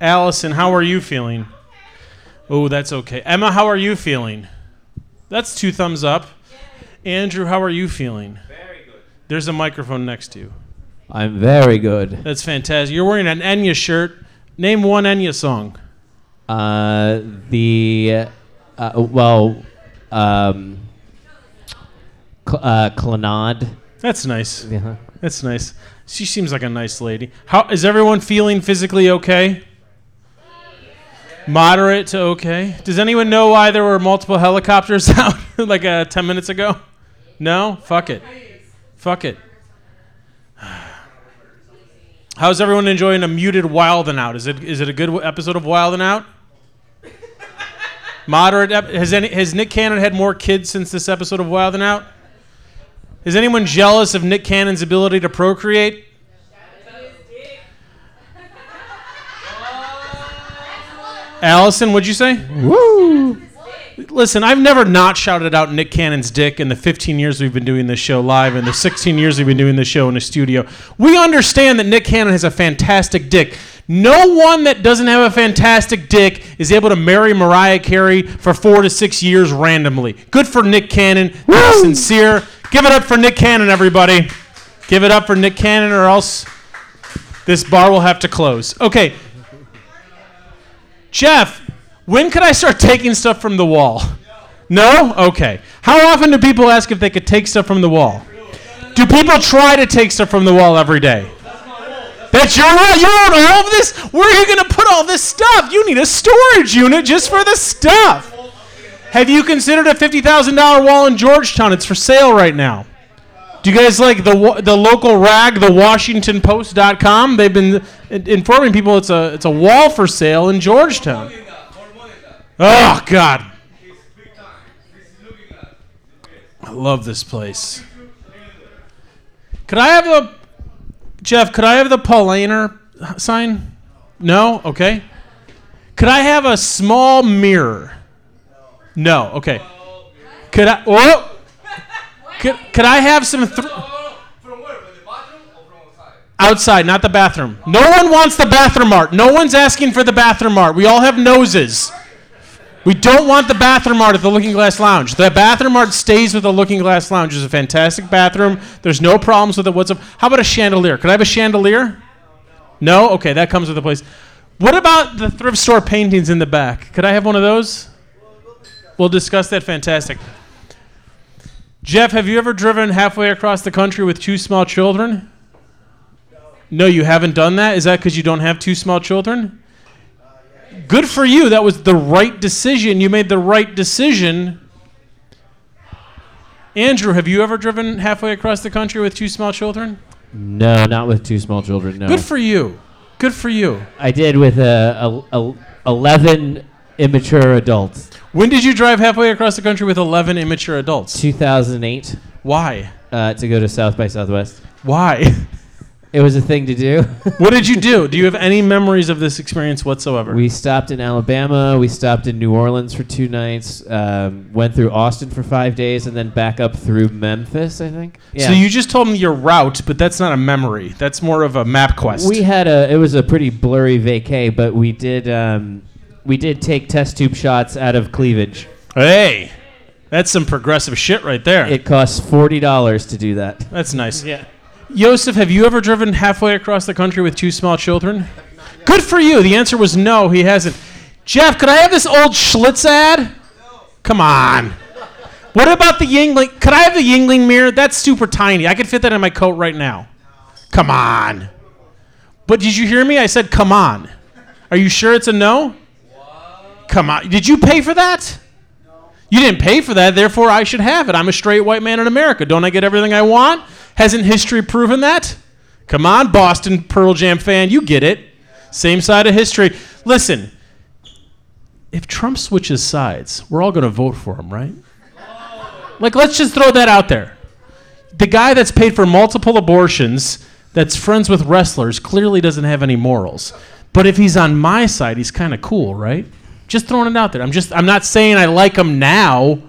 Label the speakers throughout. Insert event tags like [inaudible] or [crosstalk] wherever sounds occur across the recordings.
Speaker 1: Allison, how are you feeling? Oh, that's okay. Emma, how are you feeling? That's two thumbs up. Andrew, how are you feeling?
Speaker 2: Very good.
Speaker 1: There's a microphone next to you.
Speaker 2: I'm very good.
Speaker 1: That's fantastic. You're wearing an Enya shirt. Name one Enya song.
Speaker 2: Uh, the uh, well, um, cl- uh, Clannad.
Speaker 1: That's nice.
Speaker 2: Yeah.
Speaker 1: That's nice. She seems like a nice lady. How is everyone feeling physically okay? Moderate to okay. Does anyone know why there were multiple helicopters [laughs] out like uh, 10 minutes ago? No? Fuck it. Fuck it. [sighs] How's everyone enjoying a muted Wild and Out? Is it is it a good w- episode of Wild and Out? Moderate. Ep- has any has Nick Cannon had more kids since this episode of Wild and Out? Is anyone jealous of Nick Cannon's ability to procreate? Allison, what'd you say?
Speaker 2: Woo!
Speaker 1: Listen, I've never not shouted out Nick Cannon's dick in the 15 years we've been doing this show live and the 16 years we've been doing this show in a studio. We understand that Nick Cannon has a fantastic dick. No one that doesn't have a fantastic dick is able to marry Mariah Carey for four to six years randomly. Good for Nick Cannon. That's sincere. Give it up for Nick Cannon, everybody. Give it up for Nick Cannon, or else this bar will have to close. Okay. Jeff, when could I start taking stuff from the wall? No? Okay. How often do people ask if they could take stuff from the wall? Do people try to take stuff from the wall every day? That's your wall. You own all of this? Where are you going to put all this stuff? You need a storage unit just for the stuff. Have you considered a $50,000 wall in Georgetown? It's for sale right now. Do you guys like the wa- the local rag, the WashingtonPost.com? They've been in- informing people it's a it's a wall for sale in Georgetown. Oh God, I love this place. Could I have a Jeff? Could I have the Paulaner sign? No. Okay. Could I have a small mirror? No. Okay. Could I? Whoa. Could, could I have some? Th-
Speaker 3: Oh, From where? From the bathroom or from outside?
Speaker 1: Outside, not the bathroom. No one wants the bathroom art. No one's asking for the bathroom art. We all have noses. We don't want the bathroom art at the Looking Glass Lounge. The bathroom art stays with the Looking Glass Lounge. It's a fantastic bathroom. There's no problems with it whatsoever. How about a chandelier? Could I have a chandelier? No? Okay, that comes with the place. What about the thrift store paintings in the back? Could I have one of those? We'll discuss that. Fantastic. Jeff, have you ever driven halfway across the country with two small children? No, you haven't done that? Is that because you don't have two small children? Good for you. That was the right decision. You made the right decision. Andrew, have you ever driven halfway across the country with two small children?
Speaker 2: No, not with two small children. No.
Speaker 1: Good for you. Good for you.
Speaker 2: I did with a, a, a eleven immature adults.
Speaker 1: When did you drive halfway across the country with 11 immature adults?
Speaker 2: 2008
Speaker 1: Why?
Speaker 2: uh, to go to South by Southwest.
Speaker 1: Why? [laughs]
Speaker 2: It was a thing to do.
Speaker 1: What did you do? Do you have any memories of this experience whatsoever?
Speaker 2: We stopped in Alabama. We stopped in New Orleans for two nights. Um, went through Austin for five days, and then back up through Memphis. I think.
Speaker 1: So you just told me your route, but that's not a memory. That's more of a map quest.
Speaker 2: We had a. It was a pretty blurry vacay, but we did. Um, we did take test tube shots out of cleavage.
Speaker 1: Hey, that's some progressive shit right there.
Speaker 2: It costs forty dollars to do that.
Speaker 1: that's nice. Yeah. Yosef, have you ever driven halfway across the country with two small children? Good for you. The answer was no, he hasn't. Jeff, could I have this old Schlitz ad? Come on. What about the Yingling? Could I have the Yingling mirror? That's super tiny. I could fit that in my coat right now. Come on. But did you hear me? I said, come on. Are you sure it's a no? Come on. Did you pay for that? You didn't pay for that, therefore I should have it. I'm a straight white man in America. Don't I get everything I want? Hasn't history proven that? Come on, Boston Pearl Jam fan, you get it. Same side of history. Listen, if Trump switches sides, we're all going to vote for him, right? Like, let's just throw that out there. The guy that's paid for multiple abortions, that's friends with wrestlers, clearly doesn't have any morals. But if he's on my side, he's kind of cool, right? Just throwing it out there. I'm just, I'm not saying I like him now.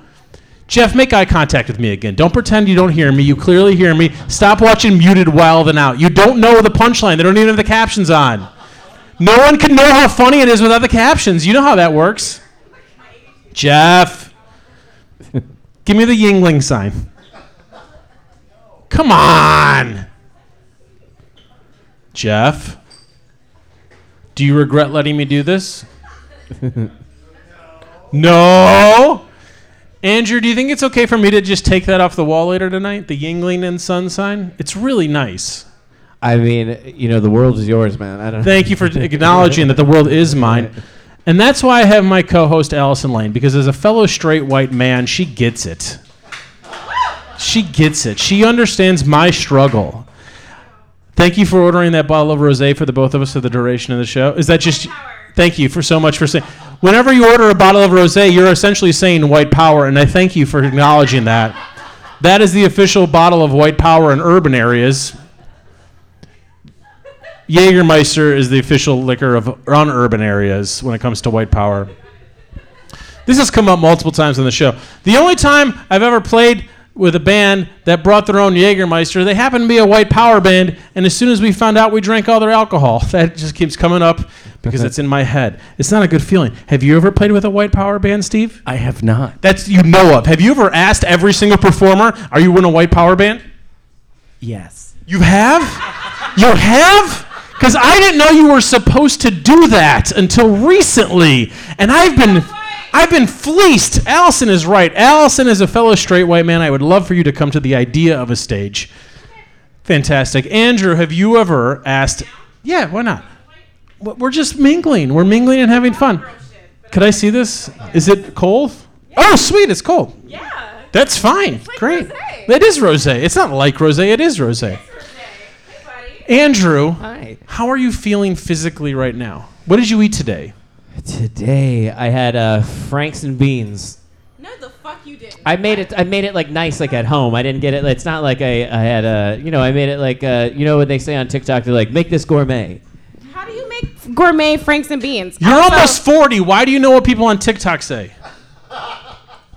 Speaker 1: Jeff, make eye contact with me again. Don't pretend you don't hear me. You clearly hear me. Stop watching muted wild and out. You don't know the punchline. They don't even have the captions on. No one can know how funny it is without the captions. You know how that works. Jeff, [laughs] give me the Yingling sign. Come on. Jeff, do you regret letting me do this? no. Andrew, do you think it's okay for me to just take that off the wall later tonight? The Yingling and Sun sign? It's really nice.
Speaker 2: I mean, you know, the world is yours, man. I don't.
Speaker 1: Thank you for acknowledging that the world is mine. And that's why I have my co host Allison Lane, because as a fellow straight white man, she gets it. She gets it. She understands my struggle. Thank you for ordering that bottle of rose for the both of us for the duration of the show. Is that just. Thank you for so much for saying. Whenever you order a bottle of rose, you're essentially saying white power, and I thank you for acknowledging that. That is the official bottle of white power in urban areas. Jägermeister is the official liquor of non-urban areas when it comes to white power. This has come up multiple times on the show. The only time I've ever played with a band that brought their own Jägermeister, they happened to be a white power band, and as soon as we found out, we drank all their alcohol. [laughs] That just keeps coming up because it's in my head. It's not a good feeling. Have you ever played with a white power band, Steve?
Speaker 2: I have not.
Speaker 1: That's you know of. Have you ever asked every single performer, "Are you in a white power band?"
Speaker 2: Yes.
Speaker 1: You have? You have? Because I didn't know you were supposed to do that until recently, and I've been, I've been fleeced. Allison is right. Allison is a fellow straight white man. I would love for you to come to the idea of a stage. Fantastic, Andrew. Have you ever asked? Yeah, why not? W- We're just mingling. We're mingling and having fun. Could I see this? Is it cold? Oh, sweet, it's cold.
Speaker 4: Yeah.
Speaker 1: That's fine. Great.
Speaker 4: rosé.
Speaker 1: It is rosé. It's not like rosé. It is rosé. Andrew,
Speaker 2: Hi.
Speaker 1: how are you feeling physically right now? What did you eat today?
Speaker 2: Today I had uh, Franks and beans.
Speaker 4: No, the fuck you didn't.
Speaker 2: I made it. I made it like nice, like at home. I didn't get it. It's not like I, I had a. You know, I made it like uh, you know what they say on TikTok. They're like, make this gourmet.
Speaker 4: How do you make gourmet franks and beans?
Speaker 1: You're
Speaker 4: Also-
Speaker 1: almost 40. Why do you know what people on TikTok say?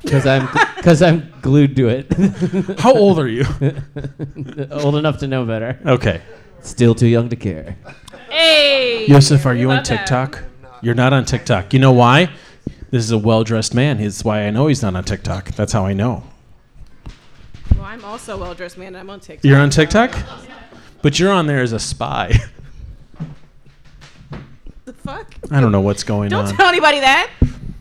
Speaker 2: Because I'm because I'm glued to
Speaker 1: How old are you?
Speaker 2: it. [laughs] Old enough to know better.
Speaker 1: Okay.
Speaker 2: Still too young to care.
Speaker 4: Hey.
Speaker 1: Yosef, are you on
Speaker 4: Love that.
Speaker 1: TikTok? You're not on TikTok. You know why? This is a well dressed man. That's why I know he's not on TikTok. That's how I know.
Speaker 4: Well, I'm also well dressed, man. and I'm on TikTok.
Speaker 1: You're on TikTok? But you're on there as a spy. [laughs]
Speaker 4: The fuck?
Speaker 1: I don't know what's going
Speaker 4: Don't
Speaker 1: on.
Speaker 4: tell anybody that.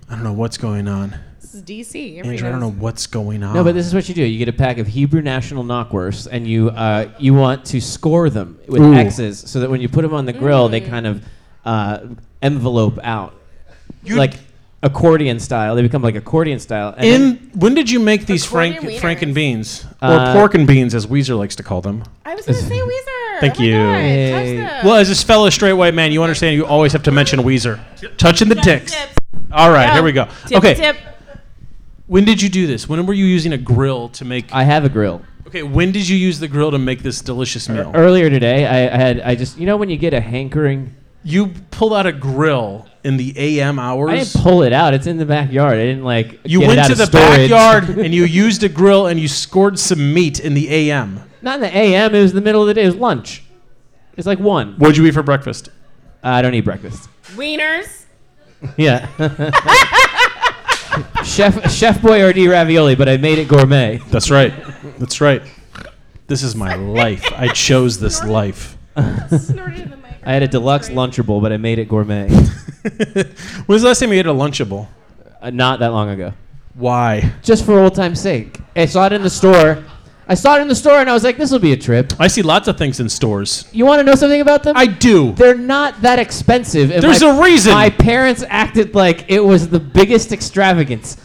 Speaker 1: I don't know what's going on.
Speaker 4: This is DC.
Speaker 1: Andrew, I don't know what's going on.
Speaker 2: No, but this is what you do. You get a pack of Hebrew National knockwursts, and you uh, you want to score them with
Speaker 1: Ooh.
Speaker 2: X's, so that when you put them on the grill, they kind of uh, envelope out,
Speaker 1: You-
Speaker 2: like accordion style. They become like accordion style. And then-
Speaker 1: In when did you make these
Speaker 4: Accordion
Speaker 1: frank
Speaker 4: wieners.
Speaker 1: frank and beans or
Speaker 2: Uh,
Speaker 1: pork and beans as Weezer likes to call them?
Speaker 4: I was gonna say Weezer.
Speaker 1: Thank
Speaker 4: Oh my
Speaker 1: you.
Speaker 4: God, touch
Speaker 2: Hey.
Speaker 4: them.
Speaker 1: Well, as this fellow straight white man, you understand you always have to mention Weezer. Touching the dicks.
Speaker 4: Tips.
Speaker 1: All right, here we go.
Speaker 4: Tip,
Speaker 1: okay,
Speaker 4: Tip.
Speaker 1: when did you do this? When were you using a grill to make?
Speaker 2: I have a grill.
Speaker 1: Okay, when did you use the grill to make this delicious meal?
Speaker 2: Earlier today, I, I had I just you know when you get a hankering,
Speaker 1: you pulled out a grill in the AM hours.
Speaker 2: I didn't pull it out. It's in the backyard. I didn't like
Speaker 1: you
Speaker 2: get it
Speaker 1: went
Speaker 2: out
Speaker 1: to
Speaker 2: of
Speaker 1: the [laughs]
Speaker 2: storage.
Speaker 1: backyard and you used a grill and you scored some meat in the AM.
Speaker 2: [laughs] Not in the a.m. It was the middle of the day. It was lunch. It's like one.
Speaker 1: What'd you eat for breakfast?
Speaker 2: I don't eat breakfast.
Speaker 1: [laughs]
Speaker 4: Wieners.
Speaker 2: Yeah. Chef Chef Boyardee ravioli, but I made it gourmet.
Speaker 1: That's right. That's right. This is my life. I chose this [laughs] life.
Speaker 4: Snorted in the mic.
Speaker 2: I had a deluxe lunchable, but I made it gourmet.
Speaker 1: when was the last time you ate a Lunchable?
Speaker 2: Uh, not that long ago.
Speaker 1: Why?
Speaker 2: Just for old time's sake. I saw it in the store. I saw it in the store and I was like, this will be a trip.
Speaker 1: I see lots of things in stores.
Speaker 2: You want to know something about them?
Speaker 1: I do.
Speaker 2: They're not that expensive. and
Speaker 1: There's
Speaker 2: my-
Speaker 1: a reason.
Speaker 2: My parents acted like it was the biggest extravagance.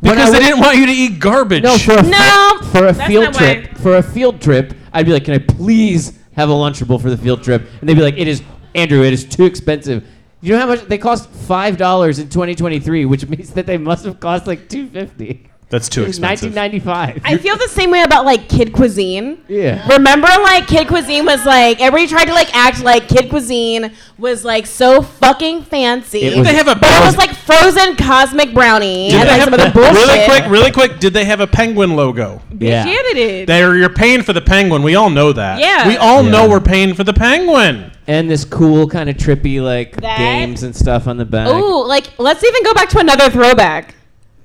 Speaker 2: When
Speaker 1: Because they
Speaker 2: I went-
Speaker 1: didn't want you to eat garbage.
Speaker 2: No, for a,
Speaker 4: No,
Speaker 2: for a
Speaker 4: that's
Speaker 2: field
Speaker 4: not why.
Speaker 2: trip. For a field trip, I'd be like, "Can I please have a lunchable for the field trip?" And they'd be like, "It is Andrew. It is too expensive." You know how much they cost? Five dollars in 2023, which means that they must have cost like 250.
Speaker 1: That's too expensive.
Speaker 2: 1995.
Speaker 4: I feel the same way about like kid cuisine.
Speaker 2: yeah.
Speaker 4: Remember, like Kid Cuisine was like everybody tried to like act like Kid Cuisine was like so fucking fancy.
Speaker 2: It
Speaker 1: Did they have a
Speaker 4: but it was like frozen cosmic brownie.
Speaker 1: Did
Speaker 4: and
Speaker 1: they
Speaker 4: like
Speaker 1: have
Speaker 4: some of the bullshit.
Speaker 1: really quick, really quick? Did they have a penguin logo?
Speaker 2: Yeah.
Speaker 4: Yeah, they did.
Speaker 1: They're you're paying for the penguin. We all know that.
Speaker 4: Yeah.
Speaker 1: We all
Speaker 2: Yeah.
Speaker 1: know we're paying for the penguin.
Speaker 2: And this cool kind of trippy like
Speaker 4: That-
Speaker 2: games and stuff on the back.
Speaker 4: Ooh, like let's even go back to another throwback.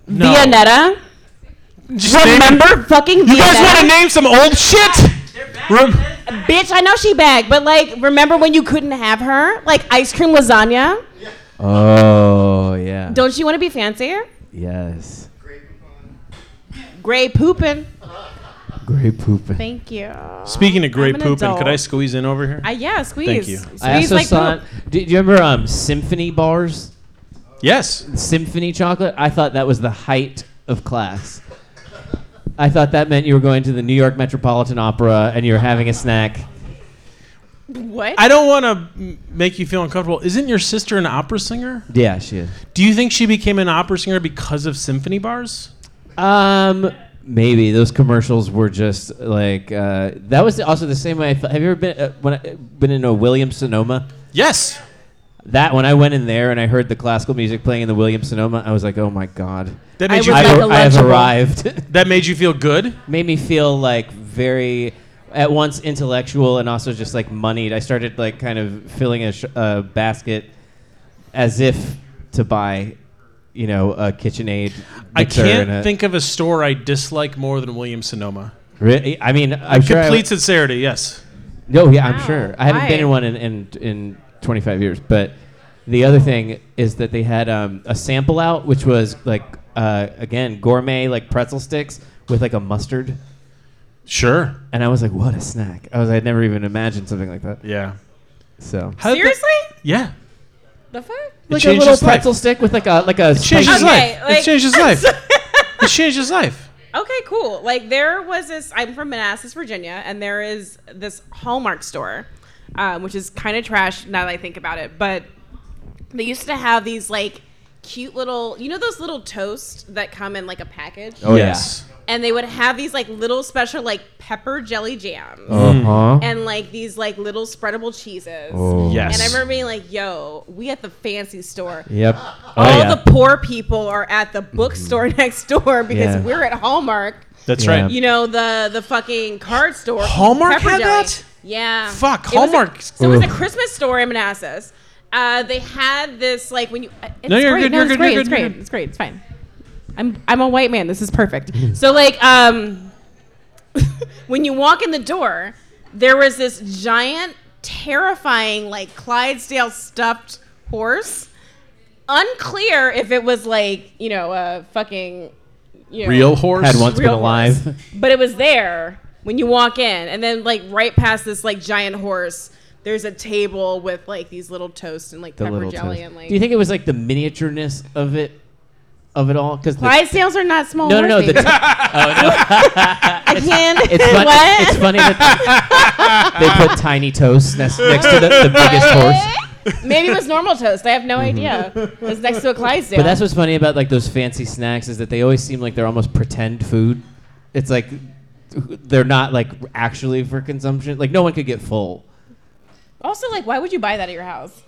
Speaker 1: No.
Speaker 4: Vianetta.
Speaker 1: Just name-
Speaker 4: Remember fucking
Speaker 1: you guys want
Speaker 4: Vianetta?
Speaker 1: to name some old shit? Rem-
Speaker 4: Bitch, I know she bagged, but like remember when you couldn't have her? Like ice cream lasagna?
Speaker 2: Oh yeah.
Speaker 4: Don't you want to be fancier?
Speaker 2: yes.
Speaker 4: Gray pooping.
Speaker 2: Great pooping.
Speaker 4: Thank you.
Speaker 1: Speaking of great
Speaker 4: I'm an
Speaker 1: pooping, could I
Speaker 4: adult.
Speaker 1: squeeze in over here?
Speaker 4: I yeah, squeeze.
Speaker 1: Thank you.
Speaker 4: Squeeze
Speaker 2: I also
Speaker 4: like
Speaker 2: saw.
Speaker 4: poop.
Speaker 2: Do, do you remember um, symphony bars?
Speaker 1: yes.
Speaker 2: Symphony chocolate. I thought that was the height of class. I thought that meant you were going to the New York Metropolitan Opera and you were having a snack.
Speaker 4: What?
Speaker 1: I don't want to make you feel uncomfortable. Isn't your sister an opera singer?
Speaker 2: Yeah, she is.
Speaker 1: Do you think she became an opera singer because of symphony bars?
Speaker 2: Um, maybe those commercials were just like uh, that was also the same way. I felt. Have you ever been uh, when I, been in a Williams Sonoma?
Speaker 1: Yes.
Speaker 2: That when I went in there and I heard the classical music playing in the Williams Sonoma, I was like, oh my god,
Speaker 1: That
Speaker 4: I
Speaker 1: made you
Speaker 4: was
Speaker 2: I,
Speaker 1: feel,
Speaker 4: like a
Speaker 2: I have
Speaker 4: lunchable.
Speaker 2: arrived. [laughs]
Speaker 1: [laughs] that made you feel good.
Speaker 2: made me feel like very at once intellectual and also just like moneyed. I started like kind of filling a sh- uh, basket as if to buy, you know, a KitchenAid.
Speaker 1: I
Speaker 2: mixer
Speaker 1: can't
Speaker 2: and a-
Speaker 1: think of a store I dislike more than Williams Sonoma.
Speaker 2: Really? I mean, I'm sure. I-
Speaker 1: Complete sincerity, yes.
Speaker 2: No, yeah, I'm
Speaker 4: Wow.
Speaker 2: sure. I haven't been in
Speaker 4: Why?
Speaker 2: one in, in in 25 years. But the other thing is that they had um, a sample out, which was like uh, again gourmet like pretzel sticks with like a mustard.
Speaker 1: Sure.
Speaker 2: And I was like, what a snack! I was, I'd never even imagined something like that.
Speaker 1: Yeah.
Speaker 2: So
Speaker 1: How did that-
Speaker 4: Seriously?
Speaker 1: yeah.
Speaker 4: The fuck?
Speaker 1: It
Speaker 2: like a
Speaker 1: changed
Speaker 2: little
Speaker 1: his life.
Speaker 2: pretzel stick with like a like a
Speaker 1: changed his
Speaker 2: spicy-
Speaker 1: life. It changed
Speaker 4: [laughs]
Speaker 1: his life. It changed his life.
Speaker 4: okay, cool. Like there was this. I'm from Manassas, Virginia, and there is this Hallmark store, um, which is kind of trash now that I think about it. But they used to have these like cute little, you know, those little toasts that come in like a package,
Speaker 2: Oh
Speaker 1: yes.
Speaker 4: and they would have these like little special like pepper jelly jams.
Speaker 2: yeah.
Speaker 1: Mm.
Speaker 2: Uh huh.
Speaker 4: And like these like little spreadable cheeses.
Speaker 1: Oh, Yes.
Speaker 4: And I remember being like, yo, we at the fancy store.
Speaker 2: Yep. Oh,
Speaker 4: All the poor people are at the bookstore [laughs] next door because
Speaker 2: Yeah.
Speaker 4: we're at Hallmark.
Speaker 1: That's
Speaker 2: Yeah.
Speaker 1: right.
Speaker 4: You know the the fucking card store.
Speaker 1: Hallmark
Speaker 4: Pepper
Speaker 1: had
Speaker 4: jelly.
Speaker 1: that?
Speaker 4: Yeah.
Speaker 1: Fuck,
Speaker 4: It was a-
Speaker 1: Hallmark.
Speaker 4: so it was a
Speaker 2: Ugh.
Speaker 4: Christmas store in Manassas. Uh, they had this like when you. uh, It's
Speaker 1: No, you're
Speaker 4: great.
Speaker 1: good,
Speaker 4: No,
Speaker 1: you're
Speaker 4: it's
Speaker 1: good,
Speaker 4: great.
Speaker 1: you're
Speaker 4: it's
Speaker 1: good, you're
Speaker 4: great.
Speaker 1: good.
Speaker 4: It's great. It's fine. I'm I'm a white man. This is perfect.
Speaker 1: [laughs]
Speaker 4: so like um, [laughs] when you walk in the door, there was this giant, terrifying like Clydesdale stuffed horse. Unclear if it was like you know a fucking you know,
Speaker 1: Real horse.
Speaker 2: Had once been
Speaker 4: real horse.
Speaker 1: [laughs]
Speaker 2: alive.
Speaker 4: But it was there when you walk in, and then like right past this like giant horse, there's a table with like these little toasts and like
Speaker 2: The
Speaker 4: pepper
Speaker 2: little
Speaker 4: jelly
Speaker 2: toast.
Speaker 4: and like.
Speaker 2: Do you think it was like the miniatureness of it, of it all? Because
Speaker 4: Clydesdales are not
Speaker 2: [laughs]
Speaker 4: small.
Speaker 2: no, no, no,
Speaker 4: horses.
Speaker 2: the
Speaker 4: [laughs]
Speaker 2: t- oh,
Speaker 4: again.
Speaker 2: it's, fun,
Speaker 4: what?
Speaker 2: it's funny that [laughs] they put tiny toast next, next to the, the biggest horse.
Speaker 4: [laughs]
Speaker 2: Mm-hmm.
Speaker 4: Maybe it was normal toast. I have no idea. It was next to a Clydesdale.
Speaker 2: But that's what's funny about like those fancy snacks is that they always seem like they're almost pretend food. It's like they're not like actually for consumption. Like no one could get full.
Speaker 4: also like, why would you buy that at your house?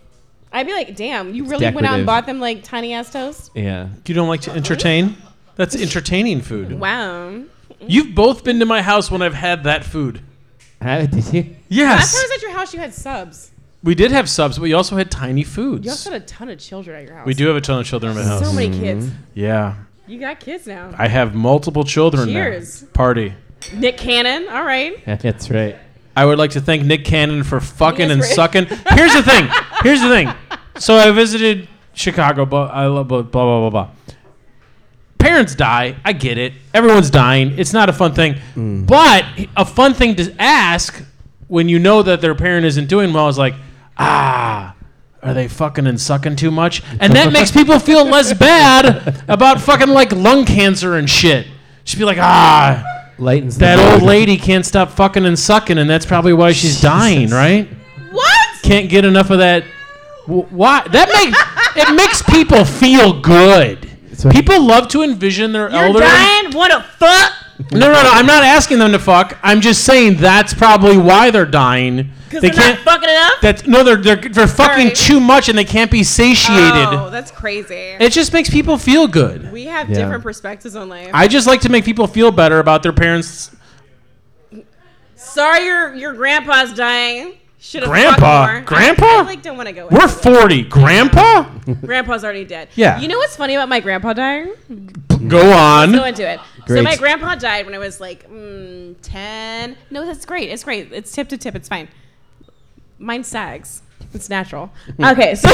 Speaker 4: I'd be like, damn, you really went out
Speaker 2: decorative.
Speaker 4: and bought them like tiny ass toast.
Speaker 2: Yeah.
Speaker 1: You don't like to entertain? That's entertaining food.
Speaker 4: Wow.
Speaker 1: You've both been to my house when I've had that food.
Speaker 2: How [laughs] did you?
Speaker 4: Last
Speaker 1: Yes.
Speaker 4: time I was at your house, you had subs.
Speaker 1: we did have subs, but we also had tiny foods.
Speaker 4: You also had a ton of children at your house.
Speaker 1: we do have a ton of children in my house.
Speaker 4: So many kids.
Speaker 2: Mm-hmm.
Speaker 1: yeah.
Speaker 4: You got kids now.
Speaker 1: I have multiple children
Speaker 4: Cheers.
Speaker 1: now. Party.
Speaker 4: Nick Cannon. All right.
Speaker 2: That's right.
Speaker 1: I would like to thank Nick Cannon for fucking
Speaker 4: Yes,
Speaker 1: and
Speaker 4: right.
Speaker 1: sucking. Here's the thing. Here's the thing. So I visited Chicago. Blah I love blah blah blah blah. blah. Parents die. I get it. Everyone's dying. It's not a fun thing. But a fun thing to ask when you know that their parent isn't doing well is like, ah, are they fucking and sucking too much? And that makes people feel less bad about fucking like lung cancer and shit. Just be like, ah,
Speaker 2: Lightens the
Speaker 1: that
Speaker 2: load.
Speaker 1: old lady can't stop fucking and sucking, and that's probably why she's dying, right?
Speaker 4: What?
Speaker 1: Can't get enough of that. Wh- Why? That makes it makes people feel good.
Speaker 2: So
Speaker 1: People love to envision their
Speaker 4: You're
Speaker 1: elderly.
Speaker 4: dying? What a fuck?
Speaker 1: No, no, no. I'm not asking them to fuck. I'm just saying that's probably why they're dying.
Speaker 4: Because they are not fucking it up?
Speaker 1: That's no, they're they're, they're fucking
Speaker 4: Sorry.
Speaker 1: too much and they can't be satiated.
Speaker 4: Oh, that's crazy.
Speaker 1: It just makes people feel good.
Speaker 4: We have
Speaker 2: Yeah.
Speaker 4: different perspectives on life.
Speaker 1: I just like to make people feel better about their parents.
Speaker 4: Sorry, your your grandpa's dying. Should have
Speaker 1: Grandpa?
Speaker 4: more.
Speaker 1: Grandpa?
Speaker 4: I, I, like don't want to go.
Speaker 1: We're
Speaker 4: into it.
Speaker 1: 40, Grandpa.
Speaker 4: Grandpa's already dead.
Speaker 1: Yeah.
Speaker 4: You know what's funny about my grandpa dying?
Speaker 1: Go on.
Speaker 4: Go into it. So
Speaker 2: Great.
Speaker 4: my grandpa died when I was like mm, ten. No, that's great. It's great. It's tip to tip. It's fine. Mine sags. It's natural. Okay, so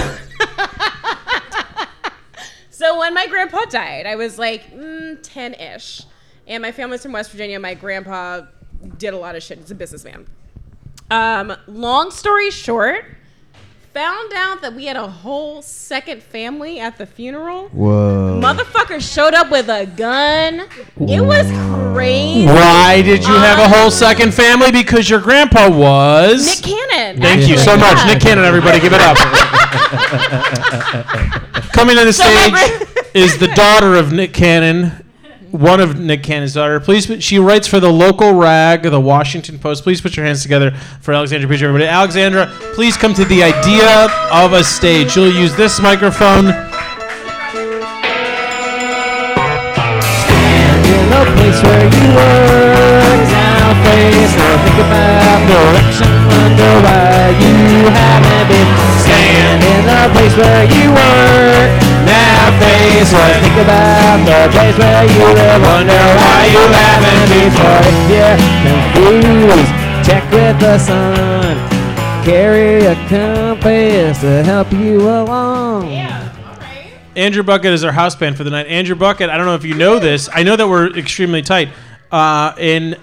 Speaker 4: [laughs] so when my grandpa died, I was like ten ish, and my family's from West Virginia. My grandpa did a lot of shit. He's a businessman. Um, long story short, found out that we had a whole second family at the funeral.
Speaker 2: Whoa.
Speaker 4: Motherfucker showed up with a gun. It was crazy.
Speaker 1: Why did you have a whole second family? Because your grandpa was.
Speaker 4: Um, Nick Cannon.
Speaker 1: Thank you so
Speaker 4: actually,
Speaker 1: much,
Speaker 4: yeah.
Speaker 1: Nick Cannon. Everybody, give it up. Coming to the stage
Speaker 4: every-
Speaker 1: is the daughter of Nick Cannon, one of Nick Cannon's daughter. Please, put- she writes for the local rag, the Washington Post. Please put your hands together for Alexandra Page, everybody. Alexandra, please come to the idea of a stage. You'll use this microphone.
Speaker 2: In a place where you were now face now think about direction wonder why you haven't been staying in a place where you were now face now think about the place where you live wonder why you haven't been for if you're confused check with the sun carry a compass to help you along
Speaker 1: Andrew Bucket is our house band for the night. Andrew Bucket, I don't know if you know this. I know that we're extremely tight. Uh, in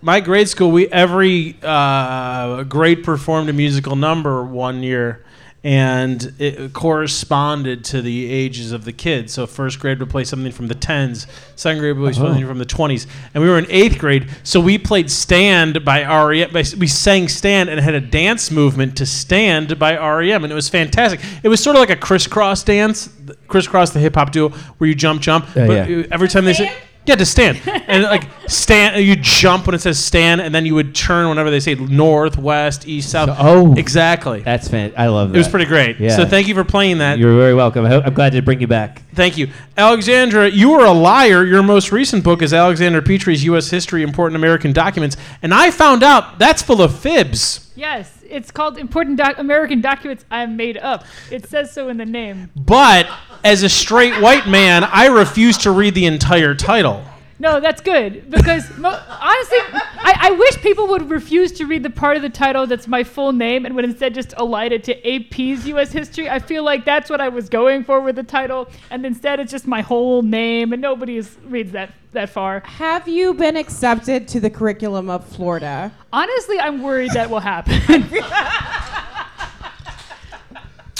Speaker 1: my grade school, we every uh, grade performed a musical number one year, and it corresponded to the ages of the kids. So first grade would play something from the tens, second grade would play
Speaker 2: Uh-huh.
Speaker 1: something from the twenties, and we were in eighth grade. So we played "Stand" by REM. by- We sang "Stand" and had a dance movement to "Stand" by REM, and it was fantastic. It was sort of like a crisscross dance, th- crisscross the hip hop duo where you jump, jump. but
Speaker 2: yeah.
Speaker 1: uh, every time they say.
Speaker 4: Stand?
Speaker 1: Yeah, to stand. And like stand you jump when it says stand and then you would turn whenever they say north, west, east, south.
Speaker 2: oh.
Speaker 1: Exactly.
Speaker 2: that's fan I love that
Speaker 1: it was pretty great.
Speaker 2: Yeah.
Speaker 1: So thank you for playing that.
Speaker 2: you're very welcome I hope- I'm glad to bring you back
Speaker 1: thank you. Alexandra, you were a liar. Your most recent book is Alexander Petrie's US History Important American Documents, and I found out that's full of fibs.
Speaker 5: Yes, it's called Important doc- American Documents I Made Up. It says so in the name.
Speaker 1: But as a straight white man, I refuse to read the entire title.
Speaker 5: No, that's good because mo- honestly, I-, I wish people would refuse to read the part of the title that's my full name and would instead just alight it to AP's U.S. history. I feel like that's what I was going for with the title, and instead it's just my whole name, and nobody is- reads that that far.
Speaker 4: Have you been accepted to the curriculum of Florida?
Speaker 5: Honestly, I'm worried that will happen. [laughs]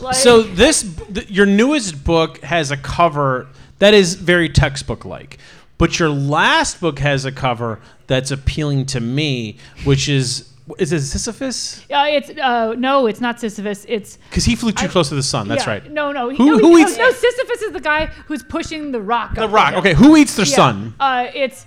Speaker 5: Like-
Speaker 1: So this th- your newest book has a cover that is very textbook like. But your last book has a cover that's appealing to me, which is is it Sisyphus?
Speaker 5: Uh, it's uh, no, it's not Sisyphus. It's
Speaker 1: Cuz he flew too
Speaker 5: I-
Speaker 1: close to the sun. That's
Speaker 5: yeah,
Speaker 1: right.
Speaker 5: No, no, he-
Speaker 1: Who-
Speaker 5: no, he-
Speaker 1: who
Speaker 5: no,
Speaker 1: eats-
Speaker 5: no, Sisyphus is the guy who's pushing the rock.
Speaker 1: The rock. Okay, who eats their sun?
Speaker 5: Uh, it's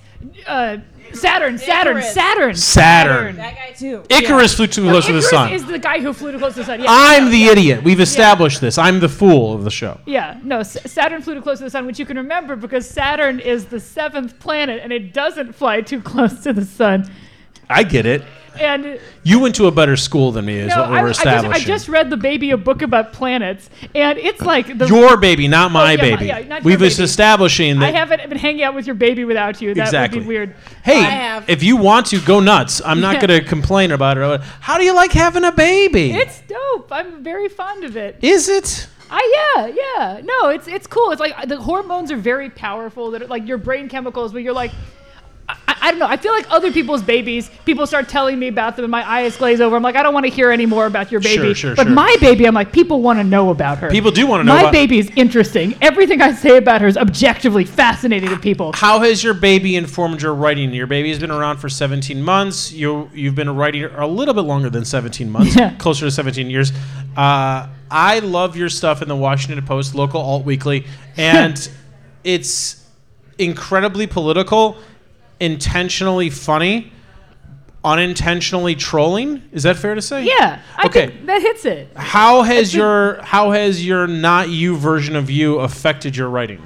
Speaker 5: uh, Saturn, Saturn,
Speaker 4: Icarus.
Speaker 5: Saturn,
Speaker 1: Saturn.
Speaker 4: That guy too.
Speaker 1: Icarus flew too close to the
Speaker 5: Icarus
Speaker 1: sun.
Speaker 5: is the guy who flew too close to
Speaker 1: [laughs]
Speaker 5: the sun. Yeah,
Speaker 1: I'm the idiot. We've established this. I'm the fool of the show.
Speaker 5: Yeah, no, S- Saturn flew too close to the sun, which you can remember because Saturn is the seventh planet and it doesn't fly too close to the sun.
Speaker 1: I get it.
Speaker 5: And
Speaker 1: You went to a better school than me is
Speaker 5: no,
Speaker 1: what we
Speaker 5: I,
Speaker 1: were
Speaker 5: I just, I
Speaker 1: establishing.
Speaker 5: just read the baby a book about planets, and it's like the
Speaker 1: your baby, not my
Speaker 5: Oh, yeah, my-
Speaker 1: baby.
Speaker 5: yeah, not your
Speaker 1: We've
Speaker 5: baby.
Speaker 1: establishing
Speaker 5: I
Speaker 1: that
Speaker 5: haven't been hanging out with your baby without you. That
Speaker 1: Exactly.
Speaker 5: would be weird.
Speaker 4: I
Speaker 1: Hey,
Speaker 4: have.
Speaker 1: if you want to, go nuts. I'm
Speaker 5: [laughs]
Speaker 1: not going to complain about it. How do you like having a baby?
Speaker 5: It's dope. I'm very fond of it.
Speaker 1: Is it?
Speaker 5: I yeah yeah. No, it's it's cool. It's like the hormones are very powerful. That are, like your brain chemicals, but you're like. I, I- I don't know. I feel like other people's babies, people start telling me about them and my eyes glaze over. I'm like, I don't want to hear any more about your baby.
Speaker 1: Sure, sure,
Speaker 5: but
Speaker 1: sure.
Speaker 5: my baby, I'm like, people want to know about her.
Speaker 1: People do want to know.
Speaker 5: My
Speaker 1: about-
Speaker 5: baby is interesting. Everything I say about her is objectively fascinating to
Speaker 1: [sighs]
Speaker 5: people.
Speaker 1: How has your baby informed your writing? Your baby has been around for 17 months. You you've been writing a little bit longer than 17 months,
Speaker 5: Yeah.
Speaker 1: closer to 17 years.
Speaker 5: [laughs]
Speaker 1: Uh, I love your stuff in the Washington Post, local alt weekly, and it's incredibly political, intentionally funny, unintentionally trolling. Is that fair to say?
Speaker 5: Yeah. I
Speaker 1: Okay.
Speaker 5: think that hits it.
Speaker 1: How has your how has your not you version of you affected your writing?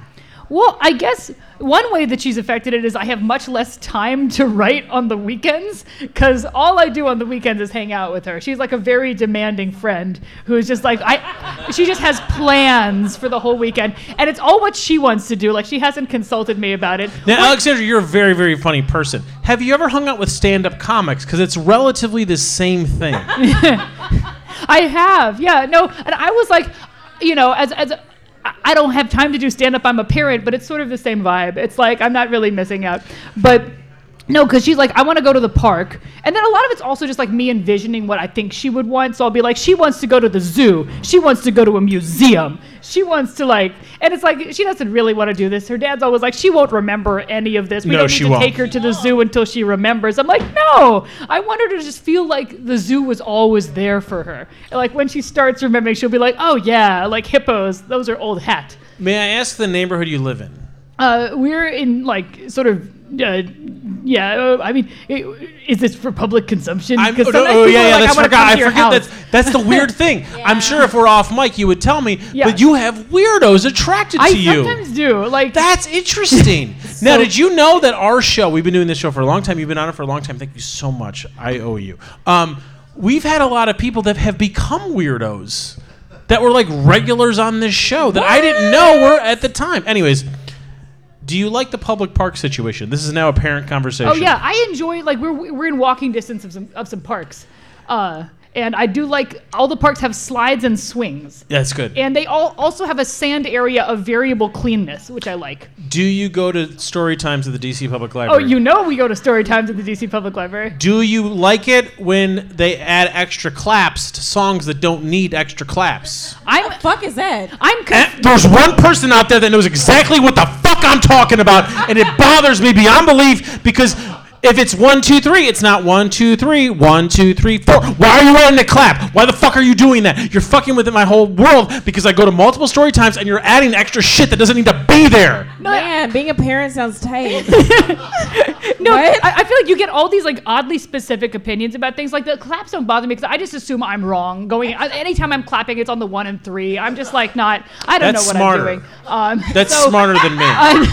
Speaker 5: Well, I guess one way that she's affected it is I have much less time to write on the weekends because all I do on the weekends is hang out with her. She's like a very demanding friend who is just like I. She just has plans for the whole weekend, and it's all what she wants to do. Like she hasn't consulted me about it.
Speaker 1: Now, Alexandra, you're a very, very funny person. Have you ever hung out with stand-up comics? Because it's relatively the same thing.
Speaker 5: [laughs] I have, yeah, no, and I was like, you know, as as. a- I- I don't have time to do stand up. I'm a parent, but it's sort of the same vibe. It's like I'm not really missing out, but no, because she's like, I want to go to the park, and then a lot of it's also just like me envisioning what I think she would want. So I'll be like, she wants to go to the zoo, she wants to go to a museum, she wants to like, and it's like she doesn't really want to do this. Her dad's always like, she won't remember any of this. We
Speaker 1: No,
Speaker 5: don't need
Speaker 1: she
Speaker 5: to
Speaker 1: won't.
Speaker 5: take her to the zoo until she remembers. I'm like, no, I want her to just feel like the zoo was always there for her. Like when she starts remembering, she'll be like, oh yeah, like hippos, those are old hat.
Speaker 1: May I ask the neighborhood you live in?
Speaker 5: Uh, we're in like sort of. Uh, yeah, uh, I mean, i- is this for public consumption?
Speaker 1: I'm, oh,
Speaker 5: 'Cause
Speaker 1: no,
Speaker 5: sometimes
Speaker 1: oh,
Speaker 5: people
Speaker 1: yeah,
Speaker 5: are
Speaker 1: yeah,
Speaker 5: like,
Speaker 1: that's
Speaker 5: wanna come
Speaker 1: forgot.
Speaker 5: to
Speaker 1: I
Speaker 5: your
Speaker 1: forget
Speaker 5: house.
Speaker 1: that's that's the
Speaker 5: [laughs]
Speaker 1: weird thing. I'm sure if we're off mic, you would tell me.
Speaker 5: Yeah.
Speaker 1: But you have weirdos attracted
Speaker 5: I
Speaker 1: to you.
Speaker 5: sometimes do. Like
Speaker 1: That's interesting. now,
Speaker 5: [laughs] So-
Speaker 1: did you know that our show, we've been doing this show for a long time. You've been on it for a long time. Thank you so much. I owe you. Um, we've had a lot of people that have become weirdos that were like regulars on this show that I didn't know were at the time. Anyways, do you like the public park situation? This is now a parent conversation.
Speaker 5: Oh yeah, I enjoy like we're we're in walking distance of some of some parks, uh, and I do like all the parks have slides and swings,
Speaker 1: That's good.
Speaker 5: and they all also have a sand area of variable cleanness, which I like.
Speaker 1: do you go to story times at the DC Public
Speaker 5: Oh,
Speaker 1: Library?
Speaker 5: you know we go to story times at the DC Public Library.
Speaker 1: Do you like it when they add extra claps to songs that don't need extra claps?
Speaker 5: I'm
Speaker 4: Fuck is that?
Speaker 5: I'm
Speaker 1: Eh,
Speaker 5: conf-
Speaker 1: There's one person out there that knows exactly what the fuck I'm talking about, and it bothers me beyond belief because if it's one, two, three, it's not one, two, three, one, two, three, four. Why are you adding a clap? Why the fuck are you doing that? You're fucking with my whole world because I go to multiple story times and you're adding extra shit that doesn't need to be there.
Speaker 4: Man, being a parent sounds tight.
Speaker 5: [laughs] no.
Speaker 4: What?
Speaker 5: I, I feel like you get all these like oddly specific opinions about things. Like the claps don't bother me because I just assume I'm wrong. Going I, anytime I'm clapping, it's on the one and three. I'm just like not. I don't
Speaker 1: That's
Speaker 5: know what
Speaker 1: smarter.
Speaker 5: I'm doing.
Speaker 1: [laughs]
Speaker 5: Um,
Speaker 1: That's
Speaker 5: so- uh,
Speaker 1: smarter than me.
Speaker 5: I'm,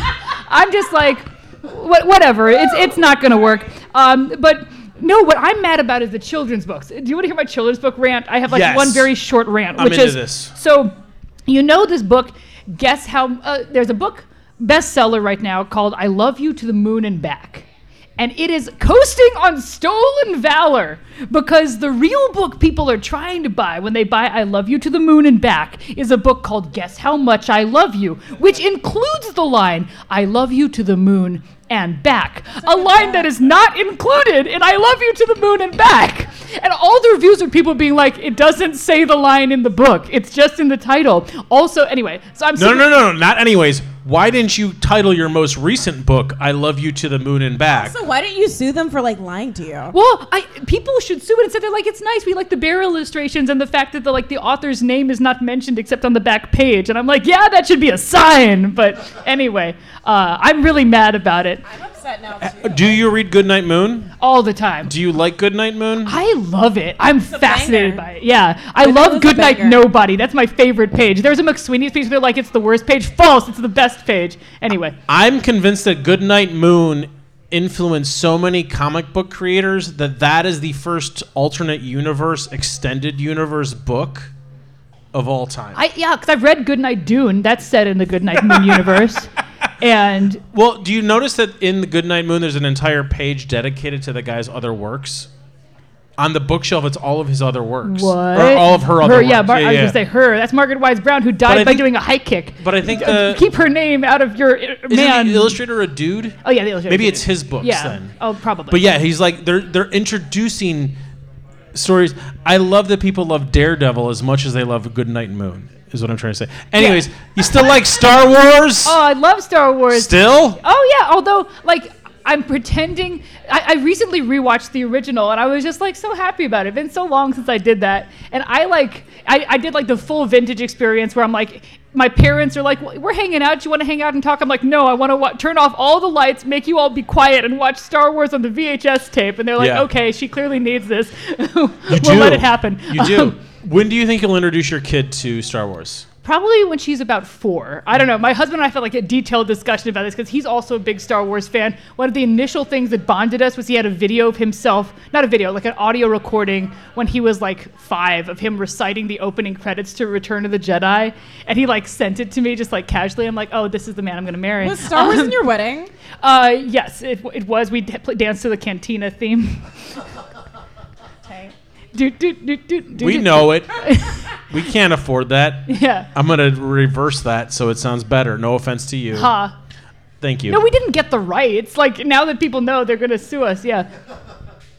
Speaker 5: I'm just like, wha- whatever. It's it's not gonna work. Um, but no, what I'm mad about is the children's books. Do you want to hear my children's book rant? I have like
Speaker 1: Yes.
Speaker 5: one very short rant,
Speaker 1: I'm
Speaker 5: which
Speaker 1: into
Speaker 5: is
Speaker 1: this.
Speaker 5: so you know this book. Guess how? Uh, there's a book bestseller right now called "I Love You to the Moon and Back." And it is coasting on stolen valor because the real book people are trying to buy when they buy I Love You to the Moon and Back is a book called Guess How Much I Love You, which includes the line I Love You to the Moon and Back, a line that is not included in I Love You to the Moon and Back. And all the reviews are people being like, it doesn't say the line in the book, it's just in the title. Also, anyway, so I'm
Speaker 1: No,
Speaker 5: super-
Speaker 1: no, no, no, not anyways. Why didn't you title your most recent book, I Love You to the Moon and Back?
Speaker 4: so why don't you sue them for like lying to you?
Speaker 5: Well, I people should sue it and say they're like it's nice. We like the bear illustrations and the fact that the like the author's name is not mentioned except on the back page. And I'm like, yeah, that should be a sign. But anyway, uh, I'm really mad about it
Speaker 4: I'm upset now. Too.
Speaker 1: Do you read Goodnight Moon?
Speaker 5: all the time.
Speaker 1: Do you like Goodnight Moon?
Speaker 5: I love it. I'm fascinated
Speaker 4: banger.
Speaker 5: by it. Yeah, I
Speaker 4: It is a
Speaker 5: love Goodnight
Speaker 4: banger.
Speaker 5: Nobody. That's my favorite page. There's a McSweeney's page. They're like, it's the worst page. False. It's the best page. Anyway,
Speaker 1: I'm convinced that Goodnight Moon influenced so many comic book creators that that is the first alternate universe, extended universe book of all time.
Speaker 5: I yeah, because I've read Goodnight Dune. That's set in the Goodnight [laughs] Moon universe, and
Speaker 1: well, do you notice that in the Goodnight Moon, there's an entire page dedicated to the guy's other works? On the bookshelf, it's all of his other works.
Speaker 5: What?
Speaker 1: Or all of her other works.
Speaker 5: Yeah, Mar- I was
Speaker 1: yeah.
Speaker 5: gonna say her. That's Margaret Wise Brown who
Speaker 1: But
Speaker 5: died
Speaker 1: I
Speaker 5: by
Speaker 1: think-
Speaker 5: doing a high kick.
Speaker 1: But I think
Speaker 5: Uh,
Speaker 1: the.
Speaker 5: Keep her name out of your uh,
Speaker 1: isn't
Speaker 5: man.
Speaker 1: the illustrator a dude?
Speaker 5: oh yeah, the illustrator.
Speaker 1: Maybe it's his books
Speaker 5: Yeah.
Speaker 1: then.
Speaker 5: Oh, probably.
Speaker 1: But yeah, he's like they're they're introducing stories. I love that people love Daredevil as much as they love Good Night Moon. Is what I'm trying to say. Anyways, you still like Star Wars?
Speaker 5: Oh, I love Star Wars.
Speaker 1: still?
Speaker 5: Oh yeah, although like I'm pretending. I, I recently rewatched the original, and I was just like so happy about it. It's been so long since I did that, and I like I, I did like the full vintage experience where I'm like my parents are like, "Well, "We're hanging out. You want to hang out and talk?" I'm like, "No, I want to wa- turn off all the lights, make you all be quiet, and watch Star Wars on the VHS tape." And they're like,
Speaker 1: Yeah.
Speaker 5: "Okay, she clearly needs this. [laughs] we'll
Speaker 1: do.
Speaker 5: let it happen."
Speaker 1: You do.
Speaker 5: Um,
Speaker 1: when do you think you'll introduce your kid to Star Wars?
Speaker 5: Probably when she's about four. I don't know. My husband and I felt like a detailed discussion about this because he's also a big Star Wars fan. One of the initial things that bonded us was he had a video of himself, not a video, like an audio recording when he was like five of him reciting the opening credits to Return of the Jedi. And he like sent it to me just like casually. I'm like, oh, this is the man I'm going to marry.
Speaker 4: Was Star Wars in your wedding?
Speaker 5: Uh, yes, it, it was. We d- pl- danced to the Cantina theme. do, do, do, do, do,
Speaker 1: we
Speaker 5: do.
Speaker 1: know
Speaker 5: [laughs]
Speaker 1: it. we can't afford that.
Speaker 5: Yeah.
Speaker 1: I'm gonna reverse that so it sounds better. No offense to you.
Speaker 5: Huh.
Speaker 1: Thank you.
Speaker 5: No, we didn't get the rights. Like now that people know, they're gonna sue us. Yeah,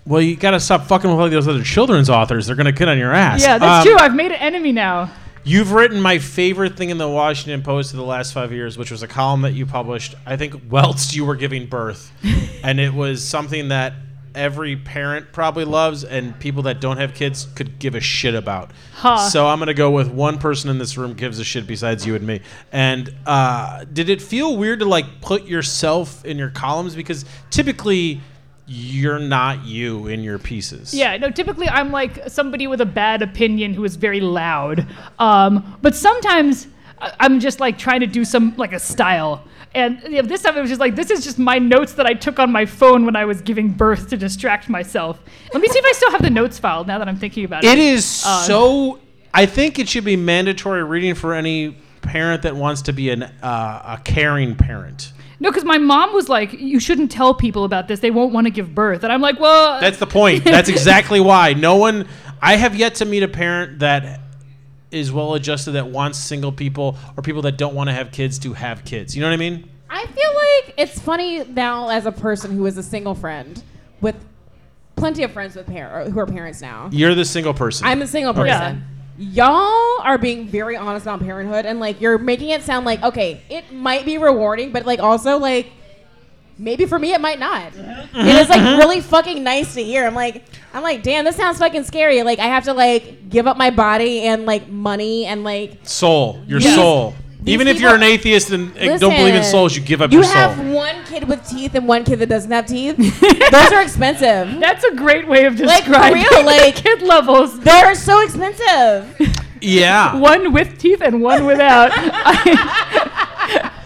Speaker 1: well, you gotta stop fucking with all those other children's authors. They're gonna get on your ass.
Speaker 5: yeah, that's
Speaker 1: Um,
Speaker 5: true. I've made an enemy now.
Speaker 1: You've written my favorite thing in the Washington Post of the last five years, which was a column that you published, I think, whilst you were giving
Speaker 5: [laughs]
Speaker 1: birth. and it was something that every parent probably loves and people that don't have kids could give a shit about.
Speaker 5: Huh.
Speaker 1: So I'm going to go with one person in this room gives a shit besides you and me. And uh, did it feel weird to like put yourself in your columns? Because typically you're not you in your pieces.
Speaker 5: Yeah, no. Typically, I'm like somebody with a bad opinion who is very loud. Um, but sometimes I- I'm just like trying to do some like a style. And you know, this time it was just like this is just my notes that I took on my phone when I was giving birth to distract myself. Let me see if I still have the notes filed now that I'm thinking about it.
Speaker 1: It is
Speaker 4: Uh,
Speaker 1: so. I think it should be mandatory reading for any parent that wants to be an uh, a caring parent.
Speaker 5: No, because my mom was like, "You shouldn't tell people about this; they won't want to give birth." And I'm like, "Well,
Speaker 1: That's the
Speaker 4: [laughs]
Speaker 1: point. That's exactly why no one. I have yet to meet a parent that is well adjusted that wants single people or people that don't want to have kids to have kids. You know what I mean?
Speaker 4: I feel like it's funny now as a person who is a single friend with plenty of friends with par- or who are parents now.
Speaker 1: You're the single person.
Speaker 4: I'm a single person.
Speaker 5: Yeah.
Speaker 4: Y'all are being very honest about parenthood and like you're making it sound like okay, it might be rewarding, but like also like maybe for me it might not. It is like really fucking nice to hear. I'm like I'm like, damn, this sounds fucking scary. Like I have to like give up my body and like money and like
Speaker 1: soul. Your
Speaker 4: These-
Speaker 1: soul. Even if
Speaker 4: people-
Speaker 1: you're an atheist and uh don't believe in
Speaker 4: Listen,
Speaker 1: souls, you give up
Speaker 4: You
Speaker 1: your soul.
Speaker 4: have one kid with teeth and one kid that doesn't
Speaker 1: [laughs]
Speaker 4: have teeth. Those are expensive.
Speaker 5: That's a great way of
Speaker 4: Like, for
Speaker 5: describing
Speaker 4: real, like-
Speaker 5: [laughs] the kid levels.
Speaker 4: They're so expensive.
Speaker 1: yeah.
Speaker 5: One with teeth and
Speaker 4: [laughs]
Speaker 5: one without. I-